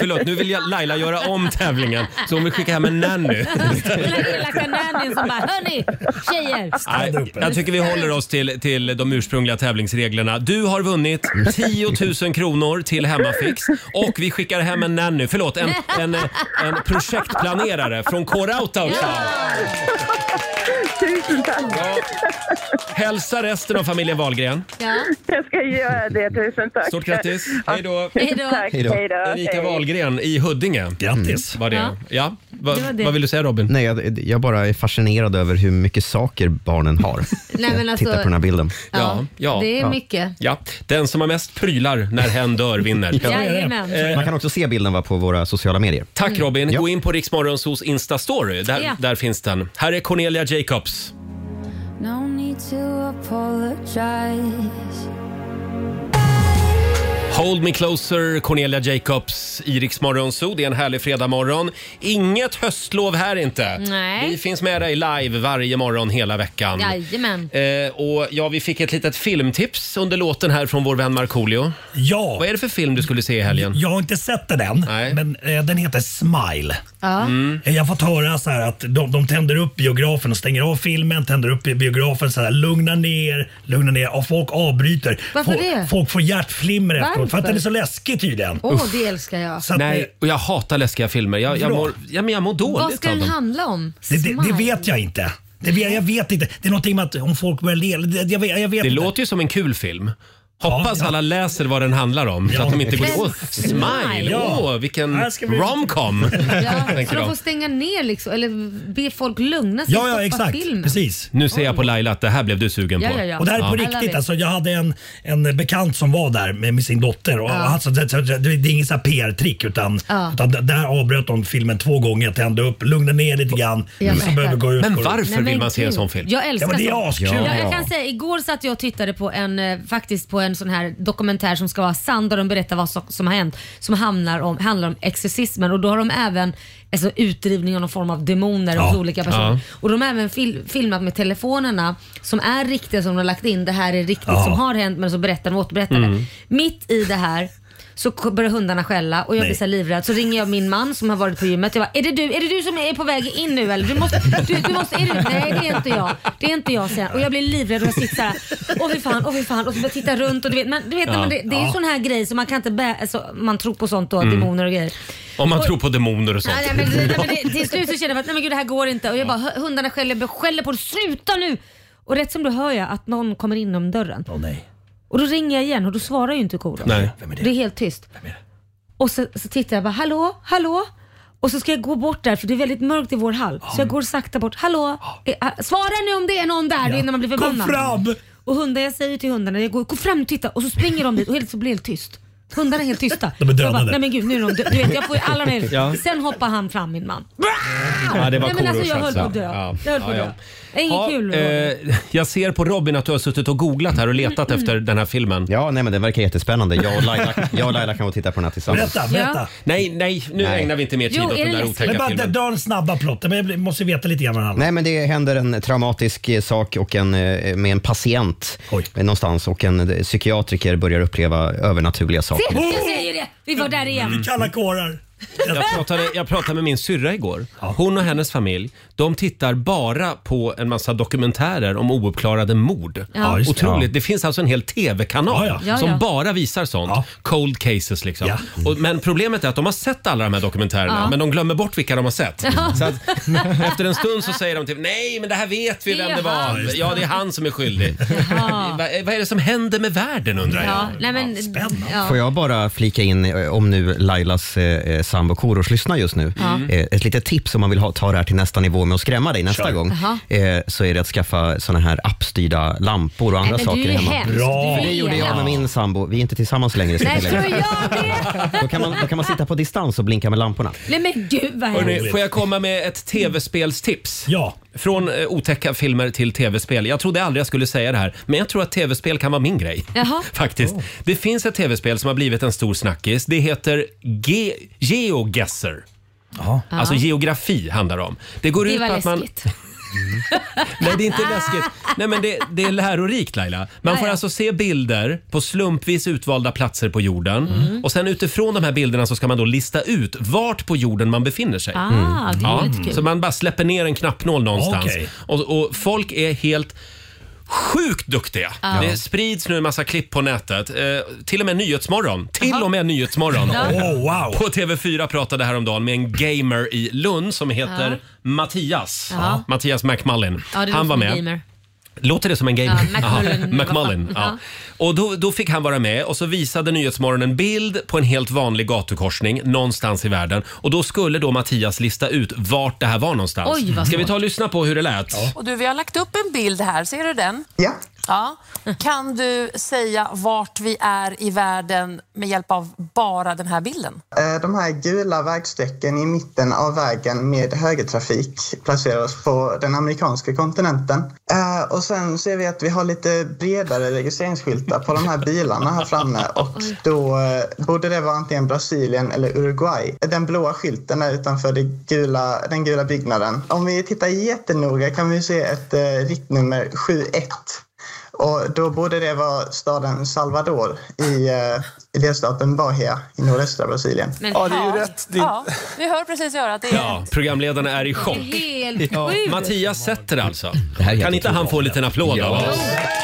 S1: förlåt, nu vill jag Laila göra om tävlingen så hon vill skicka hem en nanny.
S2: Den här elaka nannyn som bara hörni tjejer.
S1: Nej, jag tycker vi håller oss till, till de ursprungliga tävlingsreglerna. Du har vunnit 10 000 kronor till Hemmafix och vi skickar hem en nanny, förlåt, en, en, en projektplanerare från K-Rauta också.
S4: Tusen tack.
S1: Hälsa resten av familjen Wahlgren.
S4: Jag ska göra det. Tusen tack.
S1: Stort grattis. Hej då.
S4: Hej då. Tack. Hej då.
S1: Erika
S4: Hej.
S1: Wahlgren i Huddinge.
S8: Grattis.
S1: Var det. Ja.
S4: Ja.
S1: Va,
S2: Det var det.
S1: Vad vill du säga Robin?
S5: Nej, jag, jag bara är fascinerad över hur mycket saker barnen har.
S2: Nej, men alltså,
S5: Titta på den här bilden.
S1: Ja, ja.
S2: Det är
S1: ja.
S2: mycket.
S1: Ja, den som har mest prylar när hen dör vinner.
S2: Jajamän.
S1: Eh,
S5: Man kan också se bilden va, på våra sociala medier.
S1: Tack Robin. Gå in på Riksmorgonsos Insta-story. Där,
S2: Mm. Ja.
S1: där finns den. Här är Cornelia Jacobs.
S12: No need to apologize.
S1: Hold me closer, Cornelia Jacobs i Riksmorgonso. Det är en härlig fredagmorgon. Inget höstlov här inte.
S2: Nej.
S1: Vi finns med dig live varje morgon hela veckan.
S2: Jajamän.
S1: Eh, och ja, vi fick ett litet filmtips under låten här från vår vän Markoolio.
S8: Ja.
S1: Vad är det för film du skulle se i helgen?
S8: Jag har inte sett den än, men eh, den heter Smile.
S2: Ja.
S1: mm,
S8: Eh, Jag har fått höra så här att de, de tänder upp biografen och stänger av filmen, tänder upp biografen, så här, lugna ner, lugna ner och folk avbryter.
S2: Varför
S8: folk,
S2: det?
S8: folk får hjärtflimmer efteråt för att
S2: Varför?
S8: den är så läskig tydligen.
S2: Åh, det älskar jag.
S8: Så att
S1: Nej, och jag hatar läskiga filmer. Jag, jag,
S8: Bra.
S1: mår, ja, men jag mår dåligt
S2: Vad ska
S1: av
S2: den
S1: dem.
S2: handla om?
S8: Det, det, det
S2: Smile.
S8: vet jag inte. Det, vet- jag vet inte. Det är någonting med att om folk börjar le. Det, jag vet, jag vet
S1: Det
S8: inte.
S1: låter ju som en kul film. Hoppas alla läser vad den handlar om så
S8: Ja.
S1: att de inte går
S2: Men-
S1: åh, smile,
S8: Ja.
S1: åh vilken
S8: Här ska vi-
S1: romcom.
S2: Så
S1: tänker
S2: de
S1: de.
S2: får stänga ner liksom, eller be folk lugna sig
S8: Ja,
S2: och
S8: ja
S2: stoppa
S8: exakt.
S2: filmen.
S8: Precis.
S1: Nu ser jag på Laila att det här blev du sugen
S2: Ja,
S1: på.
S2: ja, ja.
S8: Och det här är på
S2: Ja. I love
S8: riktigt.
S2: it.
S8: Alltså, jag hade en, en bekant som var där med, med sin dotter. Och,
S2: Ja.
S8: alltså, det, det, det är inget så här PR-trick utan,
S2: Ja.
S8: utan d- där avbröt de filmen två gånger, tände upp, lugnade ner lite grann.
S2: Jag
S8: Så
S2: fattar.
S8: behöver gå ut
S1: Men
S8: och-
S1: varför
S2: Nej,
S1: vill
S2: men
S1: man se en
S2: gud.
S1: sån film?
S2: Jag
S8: Ja,
S2: älskar
S8: men det är
S2: sånt.
S8: askul.
S2: Ja,
S8: Ja.
S2: jag kan säga, igår satt jag och tittade på en, eh, faktiskt på en sån här dokumentär som ska vara sann där de berättar vad som, som har hänt. Som handlar om, handlar om exorcismen och då har de även alltså, utrivning av någon form av demoner
S12: Ja.
S2: hos olika personer.
S12: Ja.
S2: Och de har även fil, filmat med telefonerna som är riktiga som de har lagt in. Det här är riktigt
S12: Ja.
S2: som har hänt men så berättar de och återberättar det.
S12: Mm.
S2: Mitt i det här så k- börjar hundarna skälla och jag blir
S12: Nej.
S2: så här livrädd. Så ringer jag min man som har varit på gymmet. Jag bara, är det du, är det du som är på väg in nu eller? Du måste, du, du måste, är det, nej det är inte jag. Det är inte jag sen. Och jag blir livrädd och jag sitter såhär, åh fy fan, åh fy fan. Och så börjar jag titta runt och du vet, men, du vet
S1: Ja.
S2: när man, det, det är
S1: Ja.
S2: sån här grej som man kan inte bä, alltså, man tror på sånt då,
S1: Mm.
S2: demoner och grejer.
S1: Om man
S2: Och-
S1: tror på demoner och sånt.
S2: Nej, nej, men, nej, men det, till slut så kände jag att nej, men gud, det här går inte. Och jag bara, "Hö- hundarna skäller, skäller på det. Sluta nu! Och rätt som du hör jag att någon kommer inom dörren.
S8: nej.
S2: Och då ringer jag igen och då svarar ju inte koron.
S1: Nej.
S2: Vem är det? det är helt tyst. Och så, så tittar jag bara, hallå, hallå? Och så ska jag gå bort där för det är väldigt mörkt i vår hall. Så jag går sakta bort, hallå? Eh, ah, Svara nu om det är någon där
S3: Ja.
S2: innan man blir
S3: Kom
S2: förbannad.
S3: fram!
S2: Och hundar, jag säger till hundarna, jag går, gå fram och titta och så springer de dit och helt, så blir det helt tyst. Hundarna är helt tysta.
S3: De är
S2: Jag bara,
S3: dödade.
S2: Nej men gud, nu är de dö-" Du vet, jag får ju alla med.
S1: Ja.
S2: Sen hoppar han fram min man.
S1: Ja, det var
S2: Nej, men alltså, jag
S1: Korosh
S2: höll på att dö.
S1: Ja.
S2: Jag höll på att
S1: Ja,
S2: dö. Det är inget kul. Roger.
S1: Eh, jag ser på Robin att du har suttit och googlat här och letat
S2: Mm.
S1: efter den här filmen.
S5: Ja, nej men den verkar jättespännande. Jag och Laila, jag och Laila kan gå och titta på den här tillsammans.
S8: Berätta, berätta.
S1: Nej, nej, nu
S5: Nej.
S1: ägnar vi inte mer tid
S5: Jo,
S1: åt
S5: är
S1: den
S5: det
S1: där
S5: läskigt?
S1: otäcka
S8: Men bara,
S1: filmen.
S8: dra den snabba plotten. Men jag måste veta lite grann vad den handlar om.
S5: Nej, men det händer en traumatisk eh, sak och en, eh, med en patient eh, någonstans och en eh, psykiatriker börjar uppleva övernaturliga
S2: Se,
S5: saker.
S2: jag säger ju det. Vi var där igen.
S1: Mm.
S8: Kalla kårar.
S1: Jag pratade, jag pratade med min syrra igår. Hon och hennes familj, de tittar bara på en massa dokumentärer om ouppklarade mord.
S3: Ja, just det.
S1: Otroligt. Det finns alltså en hel TV-kanal
S3: Ja, ja.
S1: som
S3: Ja, ja.
S1: bara visar sånt. Cold cases liksom. Och, men problemet är att de har sett alla de här dokumentärerna,
S3: Ja.
S1: men de glömmer bort vilka de har sett.
S3: Ja.
S1: Så att, efter en stund så säger de typ nej, men det här vet vi
S3: Det är
S1: vem det
S3: han.
S1: var. Ja, det är han som är skyldig. Va- Vad är det som händer med världen undrar jag?
S2: Ja, nej, men, spännande.
S5: Får jag bara flika in, eh, om nu Lailas eh, eh, sambo Korosh lyssnar just nu,
S2: Ja.
S5: eh, ett litet tips om man vill ha, ta det här till nästa nivå med att skrämma dig nästa
S2: Kör.
S5: gång,
S2: Jaha.
S5: eh, så är det att skaffa såna här appstyrda lampor och andra
S2: Nej, men du
S5: saker
S2: är
S5: hemma.
S2: hemsk. Bra. Du är
S5: Det gjorde jag
S2: elak.
S5: med min sambo. Vi är inte tillsammans längre. ska
S2: Nej,
S5: jag tillägga.
S2: tror jag det?
S5: Då kan, man, då kan man sitta på distans och blinka med lamporna.
S2: Nej men gud vad
S1: Hörrni,
S2: hemskt.
S1: får jag komma med ett tv-spelstips?
S8: Ja.
S1: Från eh, otäcka filmer till tv-spel. Jag trodde aldrig jag skulle säga det här, men jag tror att tv-spel kan vara min grej.
S3: Jaha.
S1: Faktiskt. Det finns ett tv-spel som har blivit en stor snackis. Det heter Ge- GeoGuessr. Alltså
S3: Ja.
S1: geografi handlar det om. Det går
S3: Det
S1: ut på
S3: var
S1: att man...
S3: läskigt.
S1: Nej, det är inte läskigt. Nej, men det, det är lärorikt Laila. Man får alltså se bilder på slumpvis utvalda platser på jorden.
S3: Mm.
S1: Och sen utifrån de här bilderna så ska man då lista ut vart på jorden man befinner sig.
S3: Ah, Mm. det är lite kul.
S1: Så man bara släpper ner en knappnål någonstans.
S3: Okej.
S1: Och, och folk är helt Sjukt duktiga!
S3: Ja.
S1: Det sprids nu en massa klipp på nätet. Eh, till och med Nyhetsmorgon. Till och med Nyhetsmorgon.
S3: Ja. Oh, wow.
S1: På TV4 pratade häromdagen med en gamer i Lund som heter
S2: Ja.
S1: Mattias.
S2: Ja.
S1: Mattias McMullin.
S2: Ja, det
S1: Han var
S2: låter som en
S1: med.
S2: Gamer.
S1: Låter det som en game?
S2: Ja, McMullen.
S1: Aha, McMullen, ja. Och då, då fick han vara med och så visade Nyhetsmorgon en bild på en helt vanlig gatukorsning någonstans i världen. Och då skulle då Mattias lista ut vart det här var någonstans.
S13: Oj, vad
S1: Ska vi
S13: smart.
S1: ta och lyssna på hur det lät?
S13: Och du, vi har lagt upp en bild här. Ser du den?
S1: Ja.
S13: Ja. Kan du säga vart vi är i världen med hjälp av bara den här bilden?
S14: Eh, De här gula vägstrecken i mitten av vägen med högertrafik placerar oss på den amerikanska kontinenten. Eh, Och sen ser vi att vi har lite bredare registreringsskyltar på de här bilarna här framme och då eh, borde det vara antingen Brasilien eller Uruguay. Den blåa skylten är utanför det gula, den gula byggnaden. Om vi tittar jättenoga kan vi se ett eh, riktnummer 71 och då borde det vara staden Salvador i, eh, i delstaten Bahia i nordöstra Brasilien.
S13: Ja, vi hör precis göra att det är
S1: Ja, programledarna är i chock.
S13: Det är helt sjukt.
S1: Mattias sätter alltså. Kan inte han få en liten applåd av
S13: Oh,
S1: oss?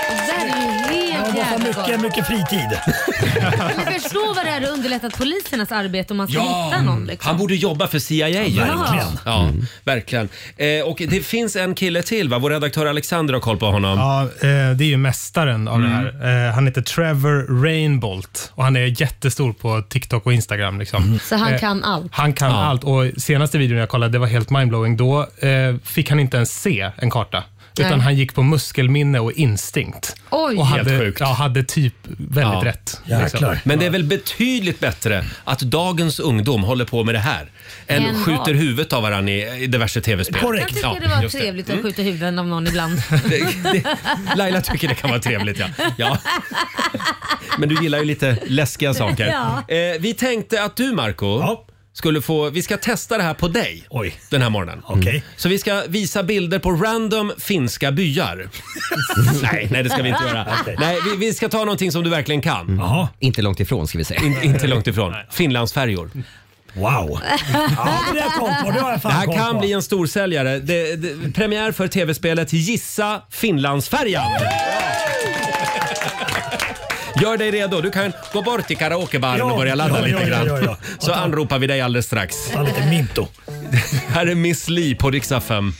S2: Det här är ju
S8: Ja,
S2: helt
S8: det var
S2: jävla
S8: mycket,
S2: galet.
S8: mycket fritid.
S2: Men förstå vad det här har underlättat polisernas arbete om man ska hitta någon. Liksom.
S1: Han borde jobba för CIA.
S2: Verkligen.
S1: Ja, verkligen. Eh, och det finns en kille till, va? Vår redaktör Alexander har koll på honom.
S15: Ja, eh, det är ju mästaren av det
S8: Mm.
S15: här. Eh, Han heter Trevor Rainbolt och han är jättestor på TikTok och Instagram. Liksom.
S8: Mm.
S2: Så han
S15: Eh,
S2: kan allt.
S15: Han kan allt och senaste videon jag kollade, det var helt mindblowing. Då eh, fick han inte ens se en karta. Utan
S2: Nej.
S15: han gick på muskelminne och instinkt.
S2: Oj.
S15: Och
S2: Helt
S15: hade, ja, hade typ väldigt
S1: Ja. Mm.
S15: rätt. liksom.
S1: Liksom. Men det är väl betydligt bättre att dagens ungdom håller på med det här än
S2: Än vad?
S1: skjuter huvudet av varandra i, i diverse tv-spel.
S2: Jag tycker det var trevligt att skjuta huvuden av någon ibland.
S1: Laila tycker det kan vara trevligt, ja. ja. Men du gillar ju lite läskiga saker.
S3: Ja.
S1: Eh, vi tänkte att du, Marco skulle få, vi ska testa det här på dig den här morgonen. Mm.
S8: Okej.
S1: Så vi ska visa bilder på random finska byar. nej, nej, det ska vi inte göra.
S5: Okej.
S1: Nej, vi, vi ska ta någonting som du verkligen kan.
S5: Inte långt ifrån ska vi säga.
S1: In, inte långt ifrån. Finlandsfärjor.
S8: Wow! Ja, men det har jag koll på. Det har jag
S1: Det
S8: fan
S1: här
S8: koll
S1: kan
S8: på.
S1: bli en storsäljare. Det, det, premiär för tv-spelet Gissa Finlandsfärjan. Gör dig redo. Du kan gå bort till karaokebaren
S8: Ja,
S1: och börja ladda
S8: ja,
S1: lite
S8: ja,
S1: grann.
S8: ja, ja,
S1: Så anropar vi dig alldeles strax.
S8: Ta lite minto.
S1: Här är Miss Li på riksdag 5.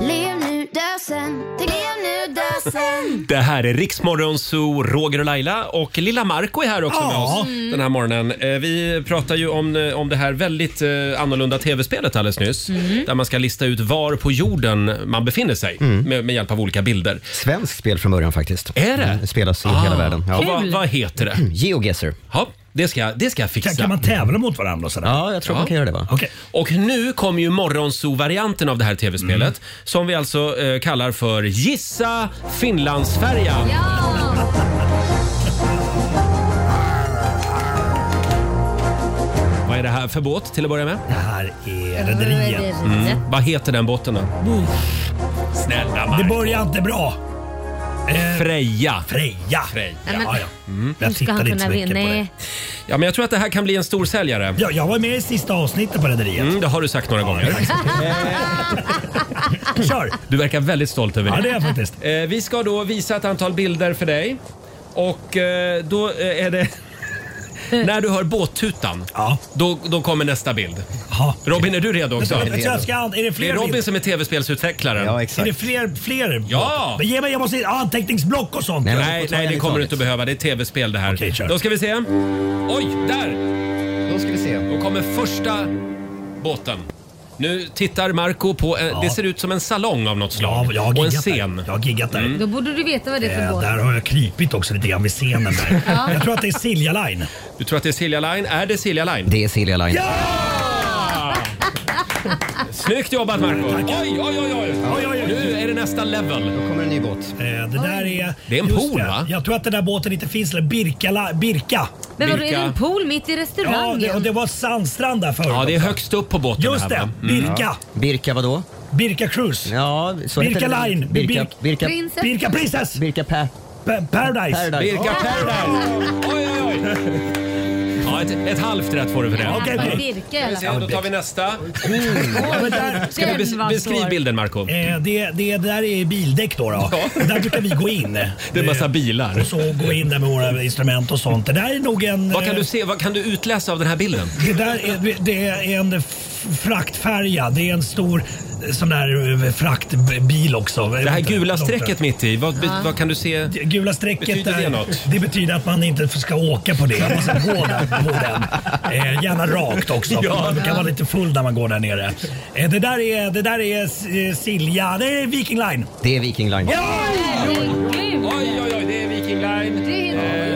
S9: Lev nu det lösen, det blev nu dassen.
S1: Det här är Riksmorgon Zoo, Roger och Laila och lilla Marco är här också med
S9: Ja.
S1: oss
S5: Mm.
S1: den här morgonen. Eh, Vi pratar ju om, eh, om det här väldigt eh, annorlunda tv-spelet alldeles nyss.
S5: Mm.
S1: Där man ska lista ut var på jorden man befinner sig med, med hjälp av olika bilder.
S5: Svenskt spel från början faktiskt.
S1: Är det?
S5: Mm, Det spelas i
S1: Ah,
S5: hela världen.
S1: och vad- vad heter det?
S5: Geoguessr.
S1: Ja, det ska, jag- det ska jag fixa.
S5: Kan- kan man
S1: tävla mot varandra sådär?
S5: Ja, jag tror man kan göra det, va?
S1: Och nu kommer ju morgonzoo-varianten av det här tv-spelet som vi alltså eh, kallar för Gissa Finlandsfärjan. Vad är det här för båt till att börja med? Det här är
S8: Rederiet.
S1: Mm. Vad heter den båten då? Snälla Marco.
S8: Det börjar inte bra. Eh,
S1: Freja.
S8: Freja.
S1: Freja.
S8: Ja, men-
S1: Mm.
S8: Hur ska han kunna vinna?
S1: Ja, men jag tror att det här kan bli en stor säljare.
S8: Ja, jag var med i sista avsnittet på Rederiet.
S1: Mm, det har du sagt några gånger.
S8: Kör!
S1: Du verkar väldigt stolt över det.
S8: Ja, det är jag faktiskt.
S1: Eh, vi ska då visa ett antal bilder för dig. Och eh, då eh, är det... När du hör båttutan, då, då kommer nästa bild. Robin, är du redo också?
S8: Vänta, vänta, jag ska- är det fler
S1: är Robin
S8: bilder?
S1: som är tv-spelsutvecklaren.
S8: Är det fler? fler
S1: Ja.
S8: Men Ge mig, jag måste... Ja, anteckningsblock och sånt.
S1: Nej, nej, det kommer du inte behöva. Det är tv-spel det här. då ska vi se. Oj, där!
S5: Då ska vi se.
S1: Då kommer första båten. Nu tittar Marco på, eh, det ser ut som en salong av något slag.
S8: jag har
S1: och en
S8: giggat där.
S1: scen. Mm.
S8: Jag har giggat där.
S2: Då borde du veta vad det är för
S8: Eh,
S2: båt.
S8: där har jag krypit också lite grann vid scenen där.
S2: Ja.
S8: Jag tror att det är Silja Line.
S1: Du tror att det är Silja Line? Är det Silja Line?
S5: Det är Silja Line.
S1: Snyggt jobbat Marco Oj, oj, oj, oj. Nu är det nästa level.
S5: Då kommer en ny båt.
S8: Eh, det där är...
S1: Det är en
S8: just
S1: pool,
S8: det.
S1: va?
S8: Jag tror att den där båten inte finns längre. Birka, Birka.
S2: Men vadå, är det en pool mitt i
S8: Ja,
S2: restaurangen?
S8: det, och det var sandstrand där förut.
S1: Ja, det är
S8: också.
S1: högst upp på båten
S8: Just
S1: här,
S8: det.
S1: va? Mm.
S8: Birka.
S5: Birka vadå?
S8: Birka Cruise.
S5: Ja, så
S8: Birka
S5: heter det.
S8: Line.
S5: Birka,
S8: Birk-
S5: Birka,
S8: Prinsess. Birka Princess.
S5: Birka pa,
S8: pa, Paradise.
S1: Birka Paradise. Oj, oj, oj. Ja, ett, ett halvt rätt får du för det.
S2: Okej, okej. Ja, Birka i alla
S1: Ska vi se, Då tar vi nästa.
S8: Ja, men där-
S1: Ska vi bes- beskriv bilden Marco
S8: Eh, det, det, det där är bildäck då. då. Där brukar vi gå in. Eh,
S1: Det är en massa bilar.
S8: Och så gå in där med våra instrument och sånt. Det där är nog en...
S1: Vad kan
S8: eh,
S1: du se? Vad kan du utläsa av den här bilden?
S8: Det där är, det är en f- fraktfärja. Det är en stor eh, sån där eh, fraktbil också.
S1: Det här gula strecket mitt i, vad,
S8: Ja.
S1: vad kan du se?
S8: Gula strecket
S1: Betyder det
S8: där,
S1: något?
S8: det betyder att man inte ska åka på det. Man måste gå där, på den. Eh, gärna rakt också.
S1: Ja.
S8: Man kan vara lite full när man går där nere. Eh, det där är, det där är eh, Silja. Det är Viking Line.
S5: Det är Viking Line.
S1: Oj, oj, oj, det är Viking Line.
S2: Det är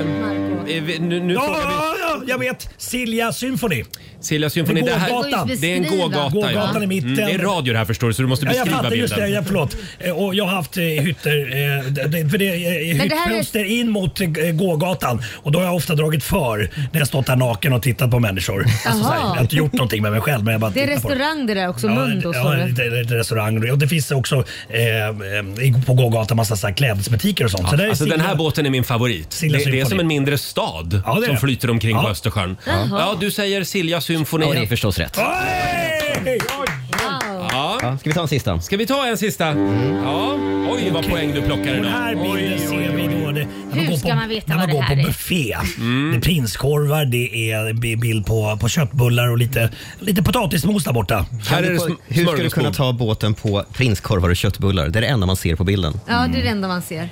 S1: Eh, vi- nu, nu
S8: ja,
S1: frågar vi...
S8: ja, ja, jag vet. Silja Symphony.
S1: Silja Symfoni, det, här,
S8: Gågatan.
S1: det är en
S8: Beskriva.
S1: gågata.
S8: Gågatan
S1: ja.
S8: i mitten.
S1: det är radio det här förstår du, så du måste
S8: Ja, jag
S1: beskriva
S8: fattar,
S1: bilden.
S8: just det. Ja, förlåt. Eh, Och jag har haft eh, hytter, eh, det- det- för det är eh,
S2: Men det här är-
S8: hyttfönster in mot eh, gågatan och då har jag ofta dragit för när jag stått där naken och tittat på människor. Alltså, så här, jag har inte gjort någonting med mig själv men jag bara
S2: Det är
S8: tittar på dem.
S2: restaurang det där också,
S8: Ja,
S2: Mundo
S8: ja,
S2: sa du.
S8: det, det, det, restaurang. Och det finns också eh, eh, på gågatan massa så här klädesbutiker och sånt. så där
S1: Ja,
S8: är
S1: alltså den
S8: Silja-
S1: här båten är min favorit. Det,
S8: Silja
S1: det är
S8: Symfoni.
S1: som en mindre stad
S8: Ja, det är
S1: som
S8: det.
S1: flyter omkring på
S8: Ja.
S1: Östersjön.
S8: Jaha.
S1: Ja, du säger Silja Symfoni.
S5: Ja, det är förstås rätt.
S1: Ja.
S5: Ska vi ta en sista?
S1: Ska vi ta en sista? Ja. Oj, vad poäng du plockar
S8: Den
S1: idag.
S8: här bilden ser vi då. Det, när
S2: Hur
S8: går
S2: ska
S8: på,
S2: man veta
S8: när man
S2: vad det
S8: går
S2: här
S8: på
S2: är?
S8: buffé.
S1: Mm.
S8: Det är prinskorvar, det är bi- bild på, på köttbullar och lite, lite potatismos där borta.
S5: Kan du på, hur ska du kunna ta båten på prinskorvar och köttbullar? Det är det enda man ser på bilden.
S2: Ja, det är det enda man ser.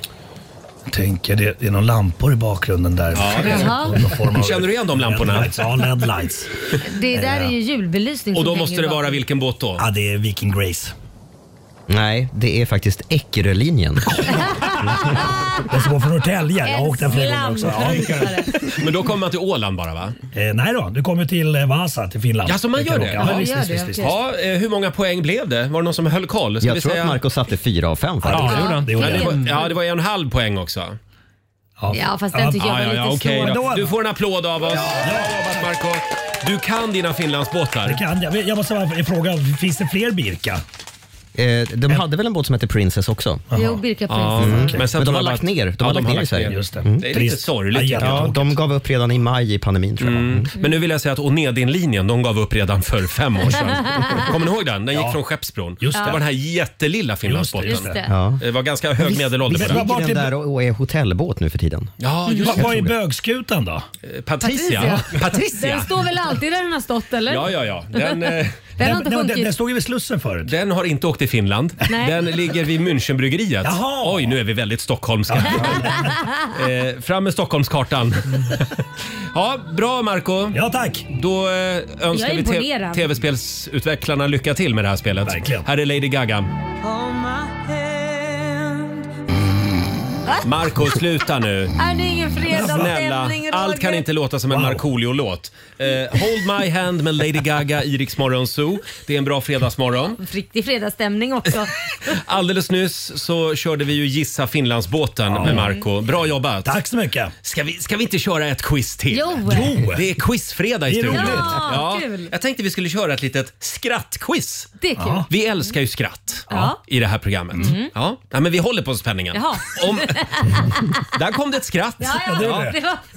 S8: Jag tänker det, det är några lampor i bakgrunden där.
S2: Ja, det är det. Jaha.
S1: Känner du igen de lamporna?
S8: Red lights, ja, LED lights.
S2: Det där är ju julbelysning
S1: Och
S2: som
S1: då
S2: hänger
S1: måste det
S2: bak.
S1: vara vilken båt då?
S8: Ja, det är Viking Grace.
S5: Nej, det är faktiskt Eckerölinjen.
S8: Den som går från Norrtälje. Jag har åkt den flera gånger också. Ja.
S1: Men då kommer man till Åland bara va?
S8: Eh, nej då, du kommer till eh, Vasa, till Finland.
S1: Ja, så man
S8: Du
S1: gör
S8: kan
S1: det?
S8: åka. Ja, visst, visst, visst, visst.
S1: Ja, eh, hur många poäng blev det? Var det någon som höll koll? Ska
S5: Jag
S1: vi
S5: tror
S1: säga-
S5: att Marco satte fyra av fem faktiskt.
S1: Ja, det gjorde han.
S8: Det gjorde
S1: Men
S8: han.
S1: var- Ja, det var en och en halv poäng också.
S2: Ja, fast den tycker jag var lite
S1: okej
S2: snål.
S1: då. Du får en applåd av oss. Bra jobbat Marco. Du kan dina Finlandsbåtar.
S8: Det kan jag. Jag måste bara fråga, finns det fler Birka?
S5: Eh, de hade väl en båt som hette Princess också?
S2: Jo, Birka Princess.
S5: Ja, okej. Men,
S1: Mm. sen
S5: de
S1: tror
S5: har
S1: jag
S5: lagt
S1: att-
S5: ner. De
S1: Ja, de
S5: har lagt
S1: har
S5: ner i
S1: lagt
S5: Sverige.
S1: ner. Just det.
S5: Mm.
S1: Det är lite
S5: Trist.
S1: sorgligt,
S5: Ja,
S1: tycker jag.
S5: de gav upp redan i maj i pandemin tror jag. Mm.
S1: Men nu vill jag säga att Onedinlinjen, de gav upp redan för fem år sedan. Kommer ni ihåg den? Den gick
S5: Ja.
S1: från Skeppsbron.
S5: Just
S1: det.
S5: det.
S1: var den här jättelilla Finlandsbåten.
S5: Just det, just det. Ja.
S1: Det var ganska hög medelålder
S5: Visst
S1: på den.
S5: ligger den där och och är hotellbåt nu för tiden?
S1: Ja, just
S8: Va-
S1: det. Eh,
S8: Vad är bögskutan då?
S1: Patricia. Patricia.
S2: Den står väl alltid där den har stått eller?
S1: Ja, ja, ja. Den, eh,
S2: Den har inte
S8: den, den,
S2: sjunkit.
S8: den stod ju vid Slussen förut.
S1: Den har inte åkt till Finland.
S2: Nej.
S1: Den ligger vid Münchenbryggeriet.
S8: Jaha.
S1: Oj, nu är vi väldigt stockholmska. eh, fram med Stockholmskartan. ja, bra Marco
S8: Ja, tack.
S1: Då eh, önskar
S3: är
S1: vi te-
S3: imponerad.
S1: tv-spelsutvecklarna lycka till med det här spelet.
S3: Verkligen.
S1: Här är Lady Gaga. Marco, sluta nu.
S2: Nej, det är ingen
S1: Snälla,
S2: fredagsstämning
S1: allt kan inte låta som en Markoolio-låt. Eh, Hold My Hand med Lady Gaga i Rix Morgon Zoo. Det är en bra fredagsmorgon.
S2: Riktig fredagsstämning också.
S1: Alldeles nyss så körde vi ju Gissa Finlandsbåten med Marco. Bra jobbat!
S8: Tack så mycket!
S1: Ska vi, ska vi inte köra ett quiz till?
S2: Jo. Jo.
S1: Det är quizfredag i
S3: Det är
S1: studion.
S3: roligt. Ja, kul.
S1: Jag tänkte vi skulle köra ett litet skrattquiz.
S2: Det är kul. Ja.
S1: Vi älskar ju skratt
S2: Ja.
S1: i det här programmet. Ja. Nej, men vi håller på spänningen.
S2: Jaha.
S1: Om, där kom det ett skratt.
S2: Ja, ja, det var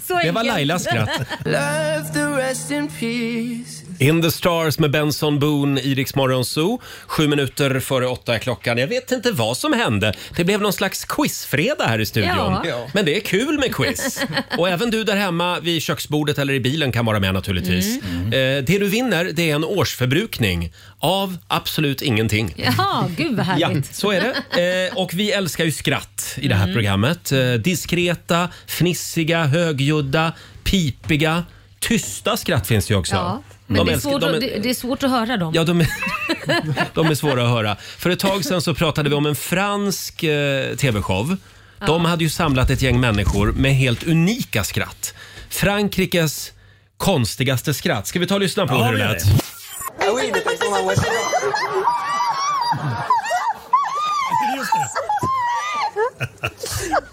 S2: så
S1: Det
S2: enkelt.
S1: var Lailas skratt.
S3: Love the rest in peace.
S1: In the Stars med Benson Boone i Rix Morgon Zoo. Sju minuter före åtta är klockan. Jag vet inte vad som hände. Det blev någon slags quizfredag här i studion.
S3: Ja. Ja.
S1: Men det är kul med quiz. Och även du där hemma vid köksbordet eller i bilen kan vara med naturligtvis. Eh, det du vinner det är en årsförbrukning av absolut ingenting.
S2: Jaha, gud vad
S1: Ja,
S2: härligt.
S1: så är det. Eh, och vi älskar ju skratt i det här
S2: Mm.
S1: programmet. Eh, diskreta, fnissiga, högljudda, pipiga. Tysta skratt finns det ju också.
S2: Ja. Men det är,
S1: älskar-
S2: svårt,
S1: de-
S2: att- det, det är svårt att höra dem.
S1: Ja, de, är- de är svåra att höra. För ett tag sedan så pratade vi om en fransk eh, tv-show. De
S2: Ja.
S1: hade ju samlat ett gäng människor med helt unika skratt. Frankrikes konstigaste skratt. Ska vi ta och lyssna på
S3: Ja,
S1: hur det
S3: vi gör
S1: lät?
S3: Ah oui, mais t'as sur ma voiture.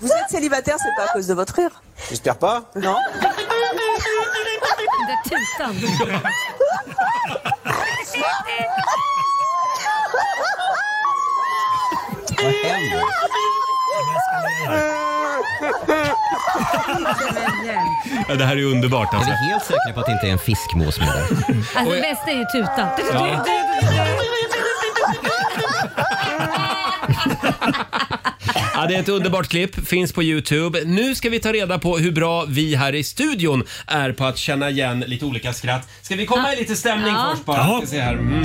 S16: Vous êtes célibataire, c'est pas à cause de votre rire
S17: J'espère pas.
S16: Non
S2: tutan.
S1: Ja, det här är ju underbart alltså.
S5: Är du helt säker på att det inte är en fiskmås med där?
S2: Alltså det bästa är ju tutan.
S5: Ja.
S1: Ja, det är ett underbart klipp, finns på Youtube. Nu ska vi ta reda på hur bra vi här i studion är på att känna igen lite olika skratt. Ska vi komma i lite stämning
S3: Ja.
S1: först bara? Ska se här. Mm.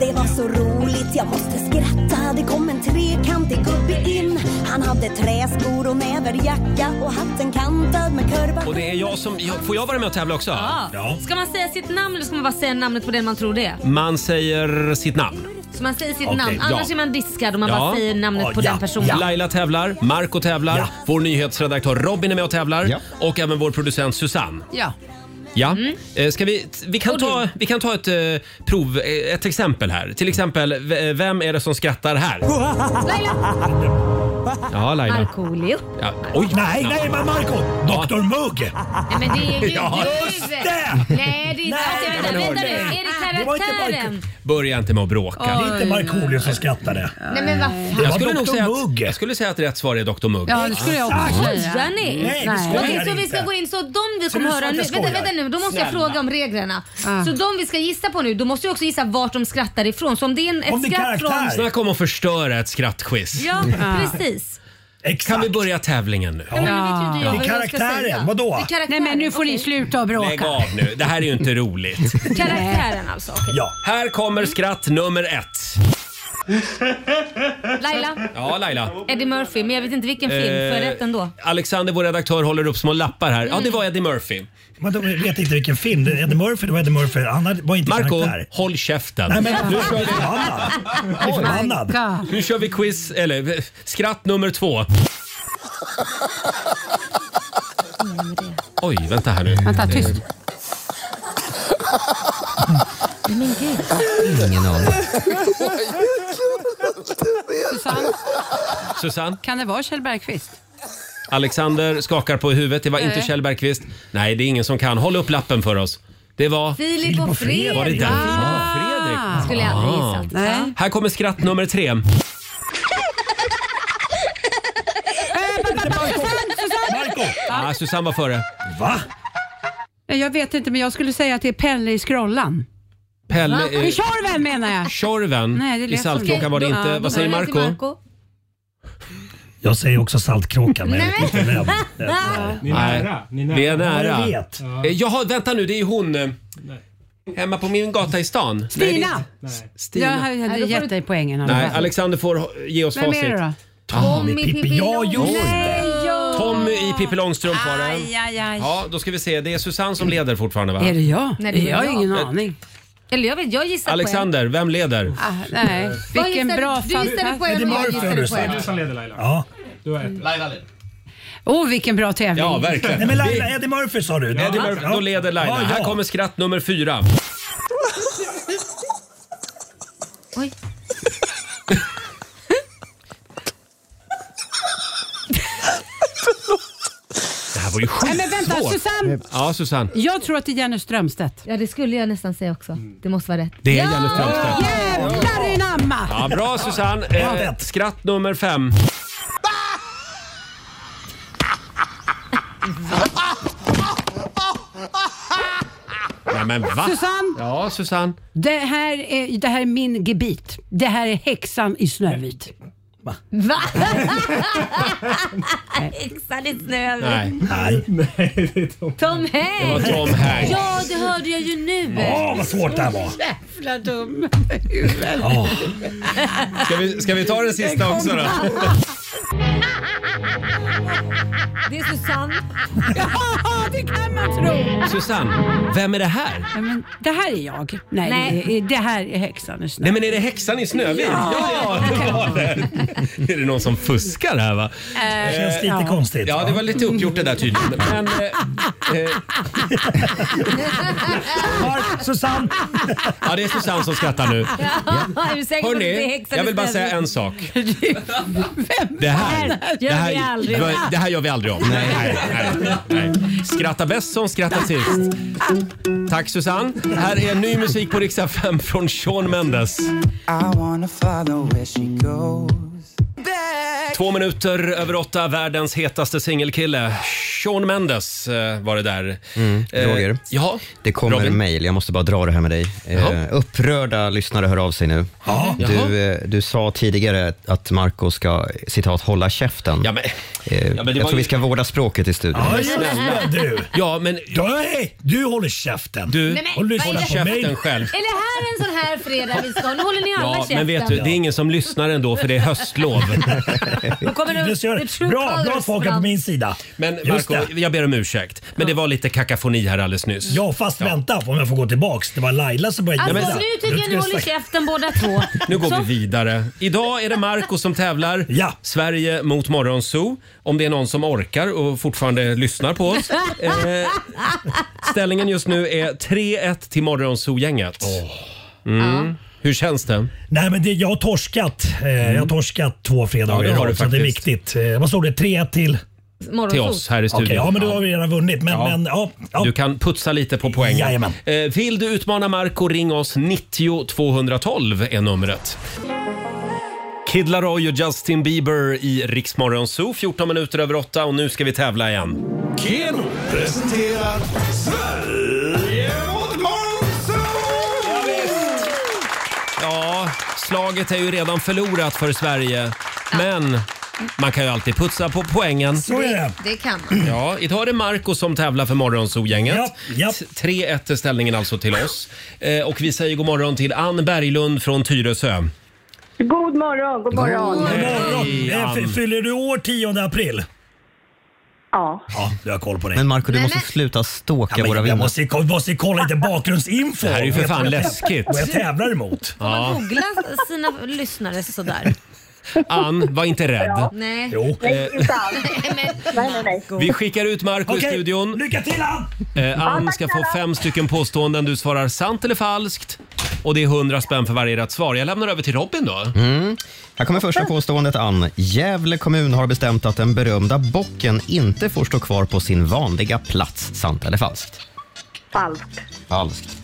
S18: Det var så roligt, jag måste skratta. Det kom en trekantig gubbe in. Han hade träskor och näverjacka och hatten kantad med kurva.
S1: Och det är jag som... jag- Får jag vara med och tävla också?
S2: Ja. Ska man säga sitt namn eller ska man bara säga namnet på den man tror det är?
S1: Man säger sitt namn.
S2: Så man säger sitt
S1: Okej,
S2: namn.
S1: ja.
S2: Annars är man diskad om man bara säger namnet på den personen.
S1: Laila tävlar, Marco tävlar, vår nyhetsredaktör Robin är med och tävlar och även vår producent Susanne.
S11: Ja.
S1: Ja.
S2: Mm.
S1: Eh, Ska vi, t- vi, kan ta, vi kan ta ett eh, prov, eh, ett exempel här. Till exempel, v- eh, vem är det som skrattar här? Ja, Laila.
S2: Markoolio.
S1: Ja. Oj!
S8: Nej, nej, men Marco! Dr Mugg!
S2: Nej men det är ju
S8: Ja,
S2: du.
S8: just det!
S2: Nej det är inte...
S8: Nej,
S2: Okej,
S8: men
S2: vänta, vänta
S8: hörni.
S2: nu. Är
S8: Det
S2: det
S8: var inte
S2: karaktären?
S1: Börja inte med att
S8: Det
S1: bråka.
S8: är inte Markoolio som skrattade.
S2: Nej men vad fan.
S1: Jag skulle,
S8: Dr.
S1: nog säga att, jag skulle säga att rätt svar är Dr Mugg.
S2: Ja, det skulle jag också
S1: Exakt.
S2: säga. Skojar ni?
S1: Nej, vi skojar
S2: Okej, så vi
S1: inte.
S2: ska gå in, så de
S1: Så
S2: vi kommer
S1: du
S2: höra
S1: sa att
S2: nu.
S1: jag
S2: Vänta,
S1: skojar?
S2: vänta nu, då måste jag
S1: Snälla.
S2: fråga om reglerna.
S1: Ah.
S2: Så de vi ska gissa på nu, då måste jag också gissa vart de skrattar ifrån. Så om det är en, ett skratt från...
S1: Snacka om att förstöra ett skrattquiz.
S2: Ja, precis.
S1: Kan vi börja tävlingen nu?
S2: Ja. men nu vet ju inte jag
S1: Ja.
S2: vad jag ska säga. Det är karaktären.
S11: Nej men nu får ni sluta och bråka.
S1: Lägg av nu, det här är ju inte roligt.
S2: Karaktären alltså. okej.
S1: Här kommer skratt nummer ett.
S2: Laila,
S1: Ja, Laila.
S2: Eddie Murphy, men jag vet inte vilken film. Får jag
S1: Eh,
S2: rätt ändå?
S1: Alexander, vår redaktör, håller upp små lappar här. Ja, det var Eddie Murphy.
S8: Men de vet inte vilken film. Det är Eddie Murphy, det var Eddie Murphy. Han hade- var inte
S1: Marco,
S8: karaktär.
S1: håll käften.
S8: Nej, men du ska bli
S1: Oj.
S8: förbannad.
S1: Nu kör vi quiz, eller eh, skratt nummer två. Oj, vänta här nu.
S11: Vänta, tyst.
S1: Eh,
S11: Nej men gud.
S1: Ingen aning.
S11: Susanne,
S1: Susanne,
S11: kan det vara Kjell Bergqvist?
S1: Alexander skakar på huvudet. Det var inte
S11: Nej.
S1: Kjell Bergqvist. Nej, det är ingen som kan. Håll upp lappen för oss. Det var...
S2: Filip och Fredrik.
S1: Var det där?
S2: Ah.
S1: Fredrik?
S2: Skulle jag aldrig
S1: Ah.
S2: gissat. Nej.
S1: Här kommer skratt nummer tre. Ah, Susanne var före.
S8: Va?
S11: Nej, Jag vet inte men jag skulle säga att det är Pelle i Skrollan.
S1: Pelle...
S11: Va? I
S1: eh,
S11: Tjorven menar jag.
S1: Tjorven
S11: Nej, det
S1: i
S11: lät som-
S1: Saltkråkan var det
S11: Okej, då-
S1: inte.
S11: ja, då
S1: Vad säger
S11: går jag till
S1: Marco?
S8: Jag säger också Saltkråkan. men jag vet inte vem.
S1: Ni är nära.
S8: Ja, jag
S1: Vi är nära.
S8: vet.
S1: Eh, Jaha, vänta nu. Det är hon... eh, Hemma på min gata i stan? Nej, det-
S6: Stina!
S1: Stina.
S6: Jag hade hade gett dig poängen. i alla
S1: Nej,
S6: fall.
S1: Alexander får ge oss
S6: Vem är
S1: facit.
S6: det då?
S1: Tommy
S6: Pippi Pippi
S1: Ja, just
S6: Långstrump.
S1: det! Tommy i Pippi Långstrump var
S6: Aj,
S1: det.
S6: aj, aj.
S1: Ja, då ska vi se. Det är Susanne som leder fortfarande va?
S6: Är det jag?
S2: Nej, det är
S6: jag har
S2: jag.
S6: ingen
S1: Eh,
S6: aning.
S2: Eller jag vet, jag gissar
S1: Alexander, vem leder?
S6: på en. Ah, nej,
S2: Vad
S6: vilken
S2: gissade-
S6: bra
S2: du gissade på en och jag gissade på en.
S15: som leder Laila.
S8: Ja.
S15: Du har ett.
S1: Laila leder.
S6: Åh, oh, vilken bra tävling.
S1: Ja, verkligen.
S8: Nej men Laila, Eddie Murphy sa du.
S1: Eddie Murphy, då leder Laila.
S8: Ja, ja.
S1: Här kommer skratt nummer fyra.
S2: Oj.
S1: Det här var ju
S6: Nej, men vänta,
S1: skitsvårt.
S6: Susanne.
S1: Ja, Susanne.
S6: Jag tror att det är Jenny Strömstedt.
S2: Ja, det skulle jag nästan säga också.
S6: Mm.
S2: Det måste vara rätt.
S1: Det är Janne Strömstedt.
S6: Jävlar i namma!
S1: Ja, bra Susanne. Eh, skratt nummer fem. Nej, men va?
S6: Susanne?
S1: Ja, Susanne.
S6: Det här, är, det här är min gebit. Det här är häxan i Snövit.
S2: Va? Häxan i snön.
S1: Nej.
S8: Nej.
S2: Tom Hanks.
S1: Det var Tom Hanks.
S2: Ja, det hörde jag ju nu.
S8: Ja, vad svårt det här var.
S6: Jävla dum.
S8: Ja.
S1: Ska vi, ska vi ta den sista också då?
S2: Det är Susanne.
S6: Ja, det kan man tro.
S1: Susanne, vem är det här?
S6: Nej, men det här är jag. Nej,
S1: Nej.
S6: Det, är, det här är häxan i
S1: Nej
S6: Snövit.
S1: men är det häxan i Snövit?
S6: Ja.
S1: det var det. Är det någon som fuskar här va?
S6: Eh,
S1: Eh,
S8: Känns lite
S6: ja.
S8: konstigt.
S1: Ja, det var lite uppgjort det där tydligen. Men, eh, eh,
S8: Var, Susanne!
S1: ja, det är Susanne som skrattar nu.
S2: Ja, är du säker på att det är
S1: Hörni,
S2: häxan
S1: jag
S2: i
S1: vill bara
S2: snön?
S1: säga en sak.
S6: Vem
S1: Det här,
S2: Gör
S1: det,
S2: vi
S1: här,
S2: aldrig.
S1: det här gör vi aldrig om. Nej, nej, nej, nej. Skratta bäst som skrattar sist. Tack Susanne. Här är ny musik på riksdag 5 från Sean Mendes.
S7: I wanna follow where she goes.
S1: Två minuter över åtta, världens hetaste singelkille. Sean Mendes eh, var det där. Eh,
S5: Roger,
S1: ja,
S5: det kommer
S1: Robin?
S5: en mejl. Jag måste bara dra det här med dig.
S1: Jaha.
S5: Eh, upprörda lyssnare hör av sig nu.
S1: Ja.
S5: Du, eh, du sa tidigare att Marco ska citat, hålla käften.
S1: Ja, men,
S5: eh,
S1: ja, men det
S5: jag
S1: var
S5: tror
S1: ju-
S5: vi ska vårda språket i studion.
S8: Ja, snälla du.
S1: Ja, men...
S8: Nej, du håller käften.
S1: Du,
S2: Nej, men,
S8: och lyssna
S2: vad är det?
S8: på mig.
S1: käften själv.
S2: Är det här en sån här fredag vi ska? Nu håller ni alla
S1: Ja,
S2: käften.
S1: men vet du, det är ingen som lyssnar ändå för det är höstlov.
S2: Nu kommer det,
S8: Det gör
S2: det
S8: det.
S2: true
S8: Bra, bra
S2: colours
S8: att folk är på
S2: fram.
S8: min sida.
S1: Men
S8: Just
S1: Marco,
S8: det.
S1: jag ber om ursäkt. Men det var lite kakafoni här alldeles nyss.
S8: Ja, fast vänta om jag får gå tillbaks. Det var Laila som började
S2: Alltså
S8: gissa.
S2: nu tycker jag ni
S8: ska
S2: håller
S8: snacka-
S2: käften båda två.
S1: Nu går
S2: Så,
S1: vi vidare. Idag är det Marco som tävlar.
S8: Ja.
S1: Sverige mot Morgonzoo. Om det är någon som orkar och fortfarande lyssnar på oss. Eh, ställningen just nu är 3-1 till Morgonzoo-gänget. Mm. Hur känns det?
S8: Nej men det, jag har torskat. Eh, Jag har torskat två
S1: Mm. Ja,
S8: fredagar
S1: det
S8: i
S1: har du
S8: rad, så det är
S1: faktiskt.
S8: viktigt. Eh, Vad stod det? 3-1 till?
S2: morgonsol.
S1: Till oss här i
S8: Okej,
S1: studion.
S8: ja men då har vi redan vunnit. Men ja, men, ja, ja.
S1: Du kan putsa lite på poängen.
S8: Jajamän.
S1: Eh, vill du utmana Marco ring oss 90 212 är numret. Kid Laroi och Justin Bieber i Rix Morgon Zoo, 14 minuter över 8 och nu ska vi tävla igen.
S3: Keno presenterar Sverige mot Monzo!
S1: Ja, slaget är ju redan förlorat för Sverige, men man kan ju alltid putsa på poängen.
S8: Så är det.
S2: Det kan man.
S1: Ja, idag är det Marco som tävlar för Morgonzoo-gänget.
S8: Ja, ja.
S1: 3-1 är ställningen alltså till oss. Eh, och vi säger god morgon till Ann Berglund från Tyresö.
S4: God morgon, god morgon.
S8: Imorgon.
S1: Hej,
S8: eh,
S1: Ann.
S8: f- Fyller du år 10 april?
S4: Ja.
S8: Ja, du har koll på det.
S5: Men Marco, du
S2: Nej,
S5: måste
S2: men-
S5: sluta ståka
S8: Ja, men
S5: våra
S8: jag
S5: vinnare.
S8: måste, jag måste kolla lite bakgrundsinfo.
S1: Det här är ju för
S8: Vet
S1: fan
S8: vad jag-
S1: läskigt.
S8: Vad jag tävlar emot.
S1: Ja.
S2: Googla sina lyssnare sådär.
S1: Ann, var inte rädd.
S2: Nej.
S1: Eh,
S8: Jo.
S4: Nej, inte alls. Nej, nej, nej.
S1: Vi skickar ut Marco i
S8: Okej,
S1: studion.
S8: lycka till Ann!
S1: Eh, Ann ska få fem stycken påståenden. Du svarar sant eller falskt. Och det är 100 spänn för varje rätt svar. Jag lämnar över till Robin då.
S5: Här kommer första påståendet Ann. Gävle kommun har bestämt att den berömda bocken inte får stå kvar på sin vanliga plats. Sant eller falskt?
S4: Falskt.
S5: Falskt.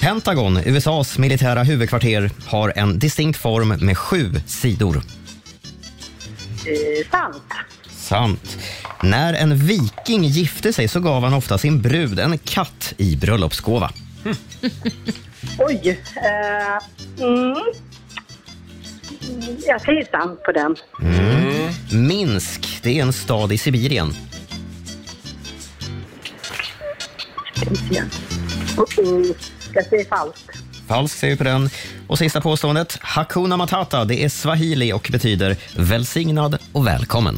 S5: Pentagon, USAs militära huvudkvarter, har en distinkt form med sju sidor.
S4: Eh, sant.
S5: Sant. När en viking gifte sig så gav han ofta sin brud en katt i bröllopsgåva.
S4: Oj. Eh, mm. Jag säger sant på den.
S5: Minsk, det är en stad i Sibirien.
S4: Ska vi se. Oh, oh. Jag säger falskt.
S5: Falskt ser vi på den. Och sista påståendet. Hakuna Matata, det är swahili och betyder välsignad och välkommen.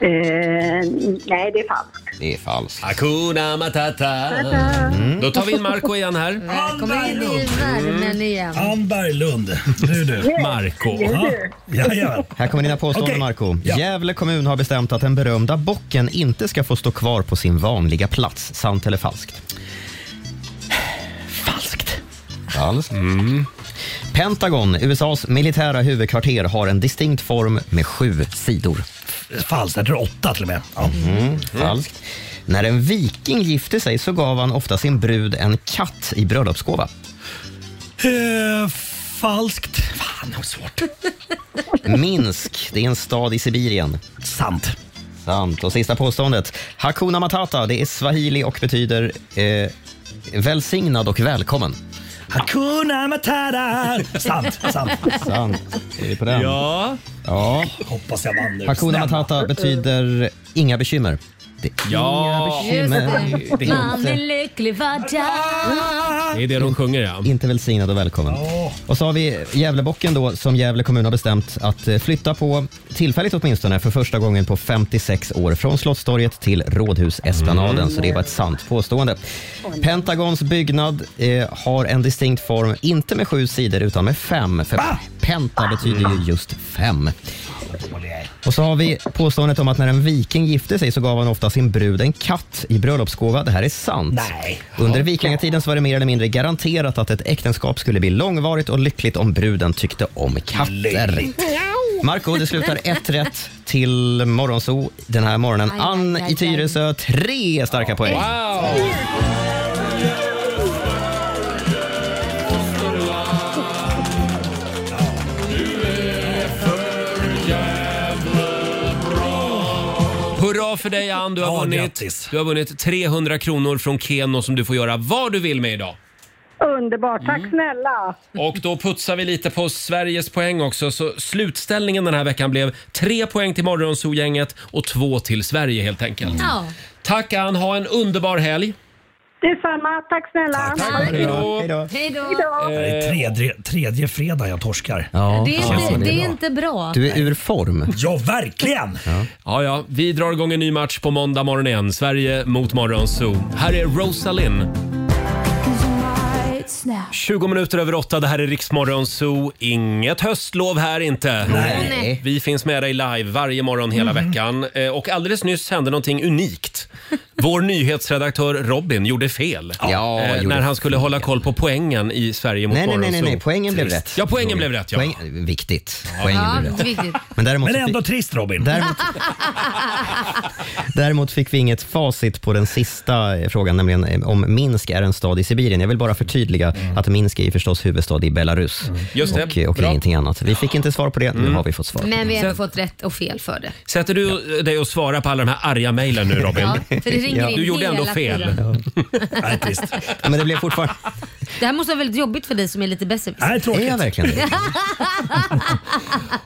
S4: Eh, nej, det är falskt.
S5: Det är falskt.
S1: Hakuna Matata.
S5: Mm.
S1: Då tar vi in Marco igen här.
S2: Kommer in i värmen igen.
S8: Ann Berglund. Nu du.
S1: Marco.
S8: Ja. Jajamän.
S5: Här kommer dina påståenden,
S8: Okej.
S5: Marco.
S8: Ja.
S5: Gävle kommun har bestämt att den berömda bocken inte ska få stå kvar på sin vanliga plats. Sant eller falskt? Falskt. Falskt. Pentagon, USAs militära huvudkvarter, har en distinkt form med sju sidor.
S8: Falskt. Jag tror åtta till och med. Ja.
S5: Mm, falskt. När en viking gifte sig så gav han ofta sin brud en katt i bröllopsgåva.
S8: Eh, falskt. Fan, det var svårt.
S5: Minsk, det är en stad i Sibirien.
S8: Sant.
S5: Sant. Och sista påståendet. Hakuna Matata, det är swahili och betyder eh, välsignad och välkommen.
S8: Hakuna Matata. Sant, sant.
S5: Sant. Är vi på den?
S1: Ja.
S5: ja.
S8: Hoppas jag vann nu.
S5: Hakuna
S8: Snälla.
S5: Matata betyder inga bekymmer. Det är
S1: Ja,
S5: inga bekymmer.
S2: Just det. Man är lycklig var dag.
S1: Det är det de sjunger, ja.
S5: Inte välsignad och välkommen. Och så har vi Gävlebocken då, som Gävle kommun har bestämt att eh, flytta på, tillfälligt åtminstone, för första gången på 56 år från Slottstorget till Rådhusesplanaden.
S1: Mm.
S5: Så det var ett sant påstående. Pentagons byggnad eh, har en distinkt form, inte med sju sidor utan med fem. För penta betyder ju just fem. Och så har vi påståendet om att när en viking gifte sig så gav han ofta sin brud en katt i bröllopsgåva. Det här är sant.
S8: Nej.
S5: Under vikingatiden så var det mer eller mindre garanterat att ett äktenskap skulle bli långvarigt och lyckligt om bruden tyckte om katter. Marco, det slutar ett rätt till Morgonzoo den här morgonen.
S3: Aj, aj,
S5: Ann
S3: aj,
S5: i Tyresö, tre starka poäng.
S1: Hurra för dig Ann, du har, vunnit, du har vunnit 300 kronor från Keno som du får göra vad du vill med idag.
S4: Underbart, tack snälla.
S1: Och då putsar vi lite på Sveriges poäng också, så slutställningen den här veckan blev tre poäng till Morgonzoo-gänget och två till Sverige helt enkelt.
S4: Ja.
S1: Tack Ann, ha en underbar helg!
S4: Detsamma, tack snälla.
S1: tack. Hej då. Hej då.
S2: Hej då.
S8: Det är tredje, tredje fredag jag torskar.
S5: Eh. Ja,
S2: Det är, inte, det är inte bra.
S5: Du är ur form.
S8: Ja, verkligen!
S1: Ja. ja, vi drar igång en ny match på måndag morgon igen. Sverige mot Morgonzoo. Här är Rosalind. 20 minuter över åtta, det här är Riksmorgon Zoo. Inget höstlov här inte.
S5: Nej. Mhm.
S1: Vi finns med dig live varje morgon hela veckan. Eh, Och alldeles nyss hände någonting unikt. Vår nyhetsredaktör Robin gjorde fel.
S5: Ja,
S1: Eh,
S5: gjorde
S1: när han skulle hålla koll på poängen i Sverige mot
S5: Nej, nej, nej, nej,
S1: Morgonzoo.
S5: nej. poängen blev rätt.
S1: Ja, poängen blev rätt. Ja.
S5: Poäng, viktigt. Poängen
S2: Ja,
S5: blev rätt.
S2: viktigt.
S5: Men, däremot
S8: Men
S5: så
S8: ändå
S5: fick-
S8: trist Robin.
S5: Däremot, däremot fick vi inget facit på den sista eh, frågan, nämligen eh, om Minsk är en stad i Sibirien. Jag vill bara förtydliga att Minsk är ju förstås huvudstad i Belarus
S1: Mm. Just det.
S5: och, eh, och
S1: Bra. Mm.
S5: ingenting annat. Vi fick inte svar på det, nu har vi fått svar.
S2: Men vi har ändå fått rätt och fel för det.
S1: Sätter du dig och svarar på alla de här arga mejlen nu Robin?
S2: Ja, för det ringer in
S1: Du gjorde
S2: hela
S1: ändå fel.
S2: tiden.
S5: Men det blev fortfarande...
S2: Det här måste vara väldigt jobbigt för dig som är lite besserwisser.
S1: Nej, tråkigt. Är jag verkligen
S5: det?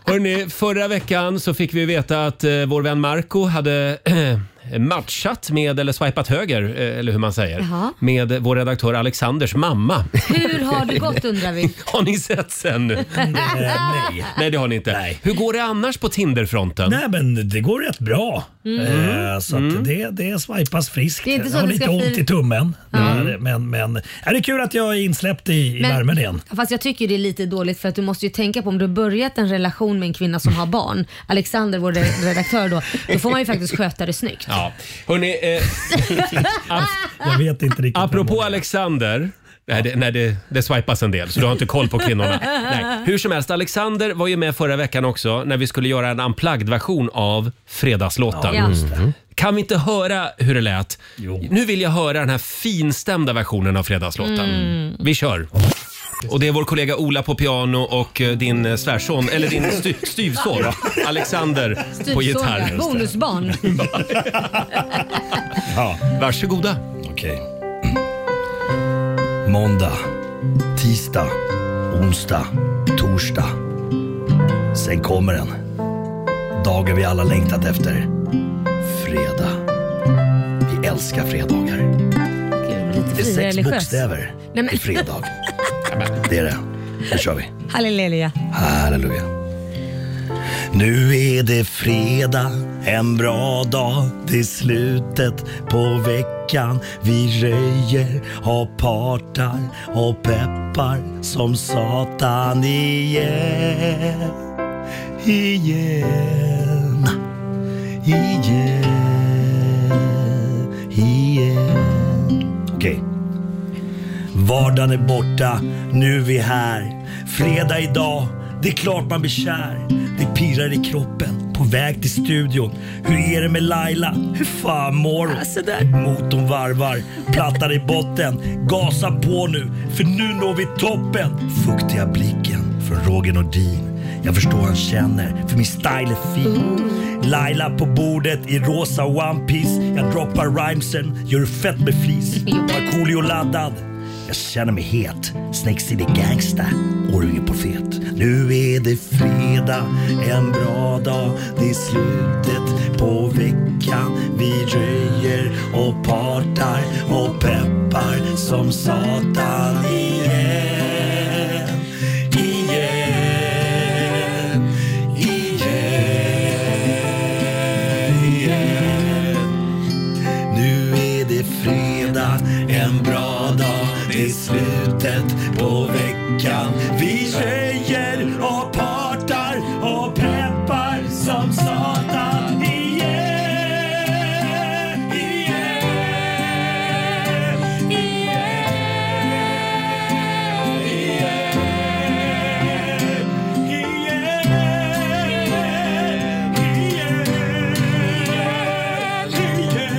S1: Hörrni, förra veckan så fick vi veta att eh, vår vän Marco hade eh, matchat med, eller swipat höger, eh, eller hur man säger,
S2: Jaha.
S1: med vår redaktör Alexanders mamma.
S2: Hur har det gått undrar vi?
S1: Har ni sett sen nu?
S8: Eh, nej.
S1: Nej, det har ni inte. Hur går det annars på Tinderfronten?
S8: Nej, men det går rätt bra.
S1: Mm.
S8: Eh, så att
S1: Mm.
S8: det, det swipas friskt.
S2: Det är inte så
S8: jag har
S2: att det
S8: lite
S2: ska
S8: ont
S2: fir-
S8: i tummen.
S2: Ja.
S8: Men, men, men är det är kul att jag är insläppt i, i
S2: Men-
S8: värmen igen.
S2: Fast jag tycker det är lite dåligt för att du måste ju tänka på om du har börjat en relation med en kvinna som har barn, Alexander vår re- redaktör då, då får man ju faktiskt sköta det snyggt.
S1: Ja. Hörrni, eh,
S2: Ah.
S8: jag vet inte riktigt.
S1: Apropå Alexander. Nej, det, nej det, det swipas en del så du har inte koll på kvinnorna. Nej. Hur som helst, Alexander var ju med förra veckan också när vi skulle göra en unplugged version av Fredagslåten.
S3: Ja,
S2: Typ
S3: just
S1: Kan vi inte höra hur det lät? Nu vill jag höra den här finstämda versionen av Fredagslåten.
S3: Mm.
S1: Vi kör! Och det är vår kollega Ola på piano och eh, din eh, svärson, eller din sty- styvson Alexander på
S2: Styvson,
S1: gitarr.
S2: ja. Bonusbarn.
S8: Ja.
S1: Varsågoda.
S8: Okej. Måndag, tisdag, onsdag, torsdag. Sen kommer den. Dagen vi alla längtat efter. Fredag. Vi älskar fredagar.
S2: Gud, lite
S8: är sex
S2: irreligiös.
S8: bokstäver
S2: Nej, men-
S8: i fredag. Det är det. Nu kör vi.
S2: Halleluja.
S8: Halleluja. Nu är det fredag, en bra dag. Det är slutet på veckan. Vi röjer och partar och peppar som satan igen. Igen. Igen. Igen. Okej. Vardagen är borta, nu är vi här. Fredag idag, det är klart man blir kär. Det pirrar i kroppen, på väg till studion. Hur är det med Laila? Hur fan mår hon? Motorn varvar, plattar i botten. Gasa på nu, för nu når vi toppen. Fuktiga blicken från Roger Nordin. Jag förstår han känner, för min style är fin. Laila på bordet i rosa One Piece Jag droppar rhymesen, gör du fett med flis. Markoolio laddad. Jag känner mig het, Snake City Gangsta, Orgie profet. Nu är det fredag, en bra dag. Det är slutet på veckan. Vi röjer och partar och peppar som satan igen. Igen, igen, igen. Nu är det fredag, en bra dag. Det är slutet på veckan. Vi tjejer och partar och peppar som satan. Igen, igen, igen, igen, igen, igen, igen.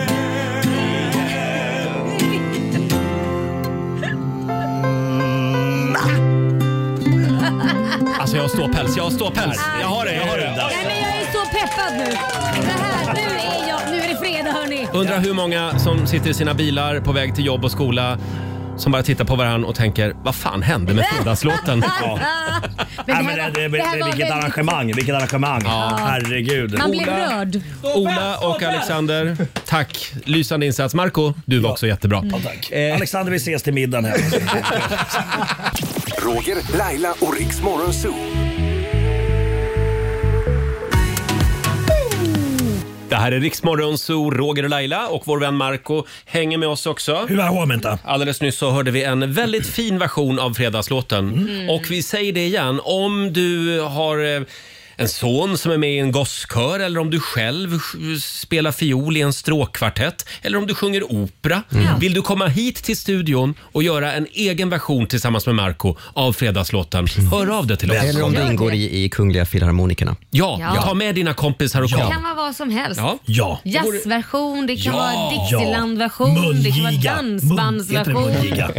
S1: Alltså jag har ståpäls, jag har ståpäls. Jag har det, jag har det.
S2: Nej, men jag är så peppad nu. Det här, nu är jag, nu är det fredag hörni.
S1: Undrar hur många som sitter i sina bilar på väg till jobb och skola som bara tittar på varandra och tänker, vad fan hände med fredagslåten?
S2: Ja.
S8: Nej,
S2: Men det
S8: men
S2: här
S8: det, det,
S2: var- det här
S8: det,
S2: var
S8: vilket
S2: väldigt-
S8: arrangemang, vilket arrangemang.
S1: Ja.
S8: Herregud.
S2: Man blev rörd.
S1: Ola och Alexander, tack. Lysande insats. Marco, du var också jättebra.
S8: Ja, tack. Eh, Alexander, vi ses till middagen här.
S17: Roger, Laila och Riks Morgonzoo.
S1: Det här är Riksmorgon Zoo, Roger och Laila och vår vän Marco hänger med oss också.
S8: Hur var det
S1: Alldeles nyss så hörde vi en väldigt fin version av Fredagslåten.
S3: Mm.
S1: Och vi säger det igen, om du har eh, en son som är med i en gosskör eller om du själv sj- spelar fiol i en stråkkvartett eller om du sjunger opera. Vill du komma hit till studion och göra en egen version tillsammans med Marco av Fredagslåten, hör av dig till oss.
S5: Eller om det ingår i, i Kungliga Filharmonikerna.
S1: Ja,
S2: Ja.
S1: ta med dina kompisar och
S2: Det
S1: kom.
S2: kan vara vad som helst.
S1: ja.
S2: Jazzversion, det kan
S1: Ja.
S2: vara Dixieland-version, det kan vara
S1: Mungiga.
S2: dansbandsversion.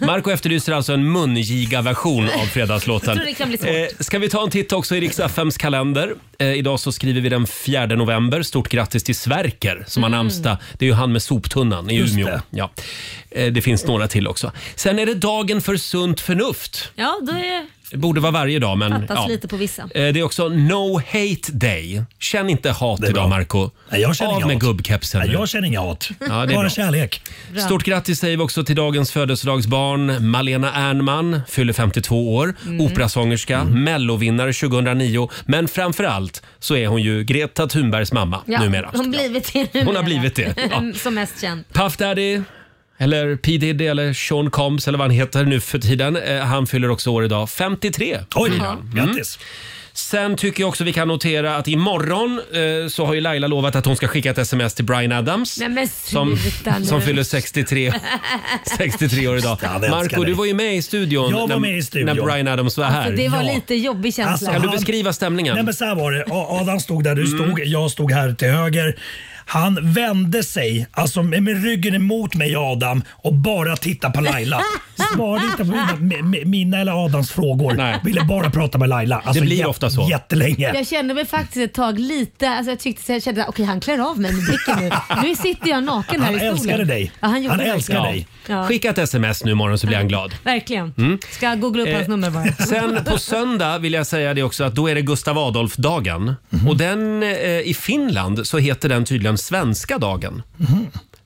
S1: Marco efterlyser alltså en mungiga-version av Fredagslåten.
S2: Jag tror det kan bli svårt.
S1: Eh, ska vi ta en titt också i riks FMs kalender? Eh, idag så skriver vi den 4 november. Stort grattis till Sverker som
S2: Mm.
S1: har namnsdag. Det är ju han med soptunnan i
S3: Just
S1: Umeå.
S3: det.
S1: Ja. Eh, det finns några till också. Sen är det dagen för sunt förnuft.
S2: Ja, då är
S1: Det borde vara varje dag, men...
S2: fattas
S1: Ja.
S2: lite på vissa.
S1: Eh, Det är också No Hate Day. Känn inte hat idag, Marco.
S8: Nej, jag känner
S1: Av
S8: inga
S1: med
S8: hat.
S1: gubbkepsen
S8: Nej,
S1: nu.
S8: jag känner inga hat.
S1: Ja, det är
S8: Bara
S1: bra.
S8: kärlek.
S2: Bra.
S1: Stort grattis säger vi också till dagens födelsedagsbarn. Malena Ernman fyller 52 år,
S3: Mm.
S1: operasångerska,
S2: Mm.
S1: mellovinnare 2009. Men framför allt så är hon ju Greta Thunbergs mamma
S2: Ja,
S1: numera.
S2: Hon, blivit det numera.
S1: Hon har blivit det, ja.
S2: Som mest känd.
S1: Puff Daddy, eller P Diddy eller Sean Combs eller vad han heter nu för tiden. Eh, Han fyller också år idag, 53.
S8: Oj,
S1: blir han.
S8: grattis.
S1: Sen tycker jag också vi kan notera att imorgon eh, så har ju Laila lovat att hon ska skicka ett sms till Brian Adams.
S2: Nej men
S1: Som,
S2: sluta nu.
S1: som fyller 63 63 år idag.
S8: Han älskar
S1: Marco,
S8: dig.
S1: du var ju med i studion,
S8: Jag var
S1: när,
S8: med i studion.
S1: när Brian Adams var här.
S2: Alltså, det var lite jobbig känsla.
S8: Alltså,
S1: kan du
S8: han-
S1: beskriva stämningen?
S8: Nej men så här var det. A- Adam stod där du
S1: Mm.
S8: stod, jag stod här till höger. Han vände sig, alltså med med ryggen emot mig Adam och bara tittade på Laila. Svarade inte på mina, mi- mi- mina eller Adams frågor. Ville bara prata med Laila. Alltså,
S1: Det blir
S8: jä-
S1: ofta så.
S8: Jättelänge.
S2: Jag kände mig faktiskt ett tag lite, alltså jag tyckte så här, jag kände okej han klär av mig med blicken nu. Nu sitter jag naken här
S1: Han
S2: i stolen.
S1: älskade dig.
S2: Ja, han gjorde
S1: Han
S2: det.
S1: älskar
S2: Ja.
S1: dig.
S2: Ja.
S1: Skicka ett sms nu imorgon så blir han glad.
S2: Verkligen.
S1: Mm.
S2: Ska jag googla upp
S1: Eh,
S2: hans nummer bara.
S1: Sen på söndag vill jag säga det också att då är det Gustav
S8: Mhm. Mhm.
S1: Adolf-dagen. Och den eh, i Finland så heter den tydligen svenska dagen.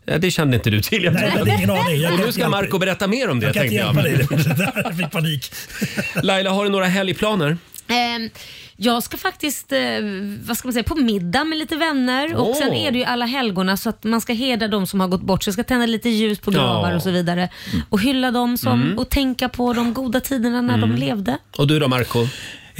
S1: Ja, det kände inte du till. Jag
S8: Nej, jag hade ingen aning. Jag
S1: Och
S8: kan
S1: nu
S8: inte
S1: ska
S8: hjälpa
S1: Marco berätta mer om det.
S8: Jag kan inte
S1: tänkte
S8: hjälpa dig.
S1: jag fick panik. Laila, har du några helgplaner?
S2: Ehm, jag ska faktiskt eh, vad ska man säga, på middag med lite vänner och
S1: Åh.
S2: sen är det ju alla helgona så att man ska hedra de som har gått bort. Så jag ska tända lite ljus på gravar
S1: Ja.
S2: och så vidare och hylla dem som,
S8: Mm.
S2: och tänka på de goda tiderna när
S8: Mm.
S2: de levde.
S1: Och du då Marco?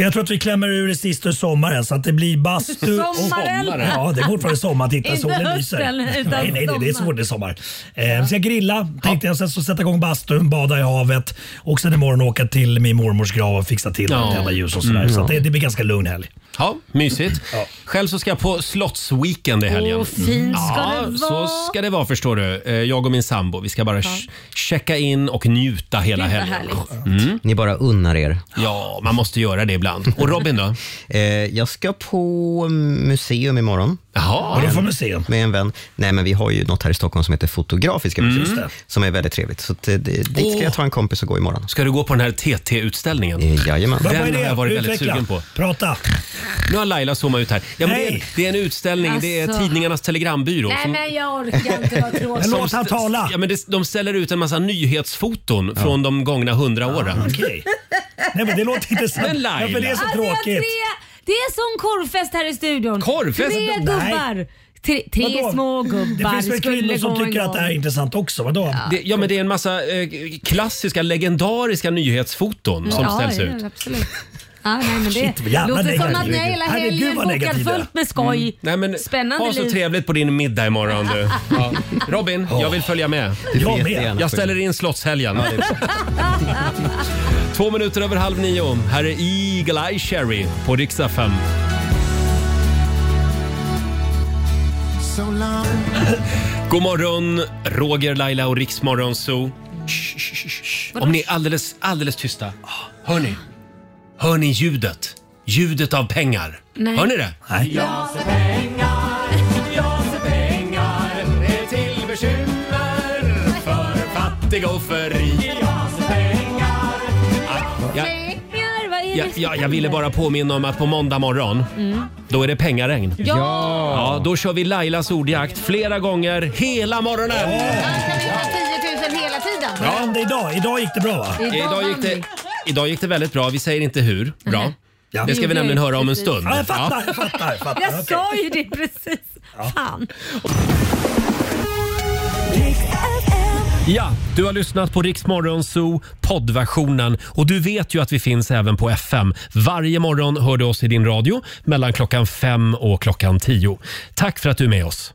S8: Jag tror att vi klämmer ur det sista ur sommaren så att det blir bastu och-
S2: Sommaren?
S8: Ja, det är fortfarande sommar. Titta,
S2: Inte
S8: solen
S2: hösten,
S8: lyser.
S2: utan
S8: Nej, nej, nej, det är så
S2: sommar.
S8: fort det är sommar. Eh, så jag grilla tänkte jag, sen så sätta igång bastun, bada i havet och sen imorgon åka till min mormors grav och fixa till
S1: Ja.
S8: ja. tända ljus och sådär.
S1: Mm.
S8: Så att det, det blir ganska lugn helg.
S1: Ja, mysigt. Själv så ska jag på slottsweekend i helgen. Mm.
S8: Åh, fint ska
S1: ja,
S8: det
S1: så
S8: vara.
S1: ska det vara förstår du. Eh, Jag och min sambo, vi ska bara ch- checka in och njuta hela
S5: Gud, vad
S1: helgen.
S5: härligt.
S1: Mm.
S5: Ni bara unnar er.
S1: Ja, man måste göra det ibland. Och Robin då?
S5: Eh, jag ska på museum imorgon.
S1: Jaha.
S8: Vadå för museum?
S5: Med en vän. Nej, men vi har ju något här i Stockholm som heter Fotografiska
S1: Mm.
S5: museet.
S1: Just det.
S5: Som är väldigt trevligt. Så att det, det, dit
S1: Åh.
S5: ska jag ta en kompis och gå imorgon. Eh,
S1: Ska du gå på den här TT-utställningen?
S5: Jajamän.
S1: Den har jag varit väldigt sugen på.
S8: Prata.
S1: Nu har Laila zoomat ut här. Ja, men det, är en,
S8: Nej.
S1: det är en utställning, det är
S2: Alltså.
S1: Tidningarnas Telegrambyrå.
S2: Nej
S1: som-
S2: men jag orkar inte vara tråkig.
S1: som st- Ja, men det, de ställer ut en massa nyhetsfoton från de gångna hundra åren.
S8: Okej. Nej men det låter inte sant.
S1: Men Laila.
S8: Ja, för det är så
S2: Alltså, jag har
S8: tråkigt.
S2: tre, det är som korvfest här i studion.
S1: Korvfest?
S2: Tre
S8: Nej.
S2: gubbar. Tre, tre
S8: Vadå?
S2: små gubbar
S8: Det finns väl
S2: skulle
S8: kvinnor
S2: gå
S8: som
S2: en
S8: tycker att
S2: gång.
S8: det här är intressant också? Vadå?
S1: Det, ja, men det är en massa eh, klassiska, legendariska nyhetsfoton som
S2: ja,
S1: ställs
S2: ja,
S1: ut.
S2: Absolut. Ja, nej, men det
S1: Shit, vad jävla
S2: låter som
S1: negativ.
S2: att ni har hela
S1: Herregud,
S2: helgen
S1: vad
S2: bokat
S1: negativ det är.
S2: fullt med skoj.
S1: Mm. Nej, men,
S2: Spännande
S1: ha så
S2: liv.
S1: trevligt på din middag imorgon du. Ja. Robin, jag vill följa med.
S5: Du får Jag med. jättegärna
S1: Jag
S5: följa
S1: ställer in slottshelgen. Två minuter över halv nio. Här är Eagle Eye Cherry på riksdag 5. God morgon, Roger, Laila och Riksmorgon Zoo. Shh, shh, shh, shh. Om ni är alldeles, alldeles tysta. Hör ni? Hör ni ljudet? Ljudet av pengar.
S3: Nej.
S1: Hör ni det?
S3: Nej. Jag ser pengar, jag ser pengar, det är till bekymmer för
S1: fattiga och för rika.
S3: Jag ser pengar,
S1: Jag,
S2: Pengar, vad är
S1: jag,
S2: det?
S1: jag, jag ville bara påminna om att på måndag morgon,
S2: Mm.
S1: då är det pengaregn.
S2: Ja!
S1: ja! Då kör vi Lailas ordjakt flera gånger hela morgonen.
S2: Ja, 10 000 hela tiden.
S8: Vad hände idag? Idag gick det bra va?
S2: Idag vann
S1: gick det,
S2: vi.
S1: idag gick det väldigt bra. Vi säger inte hur bra. Det ska vi nämligen höra om en stund.
S8: Ja, jag fattar, jag fattar, jag fattar.
S2: Jag sa ju det precis. Fan.
S1: Ja, du har lyssnat på Rix Morgon Zoo poddversionen och du vet ju att vi finns även på FM. Varje morgon hör du oss i din radio mellan klockan fem och klockan tio. Tack för att du är med oss.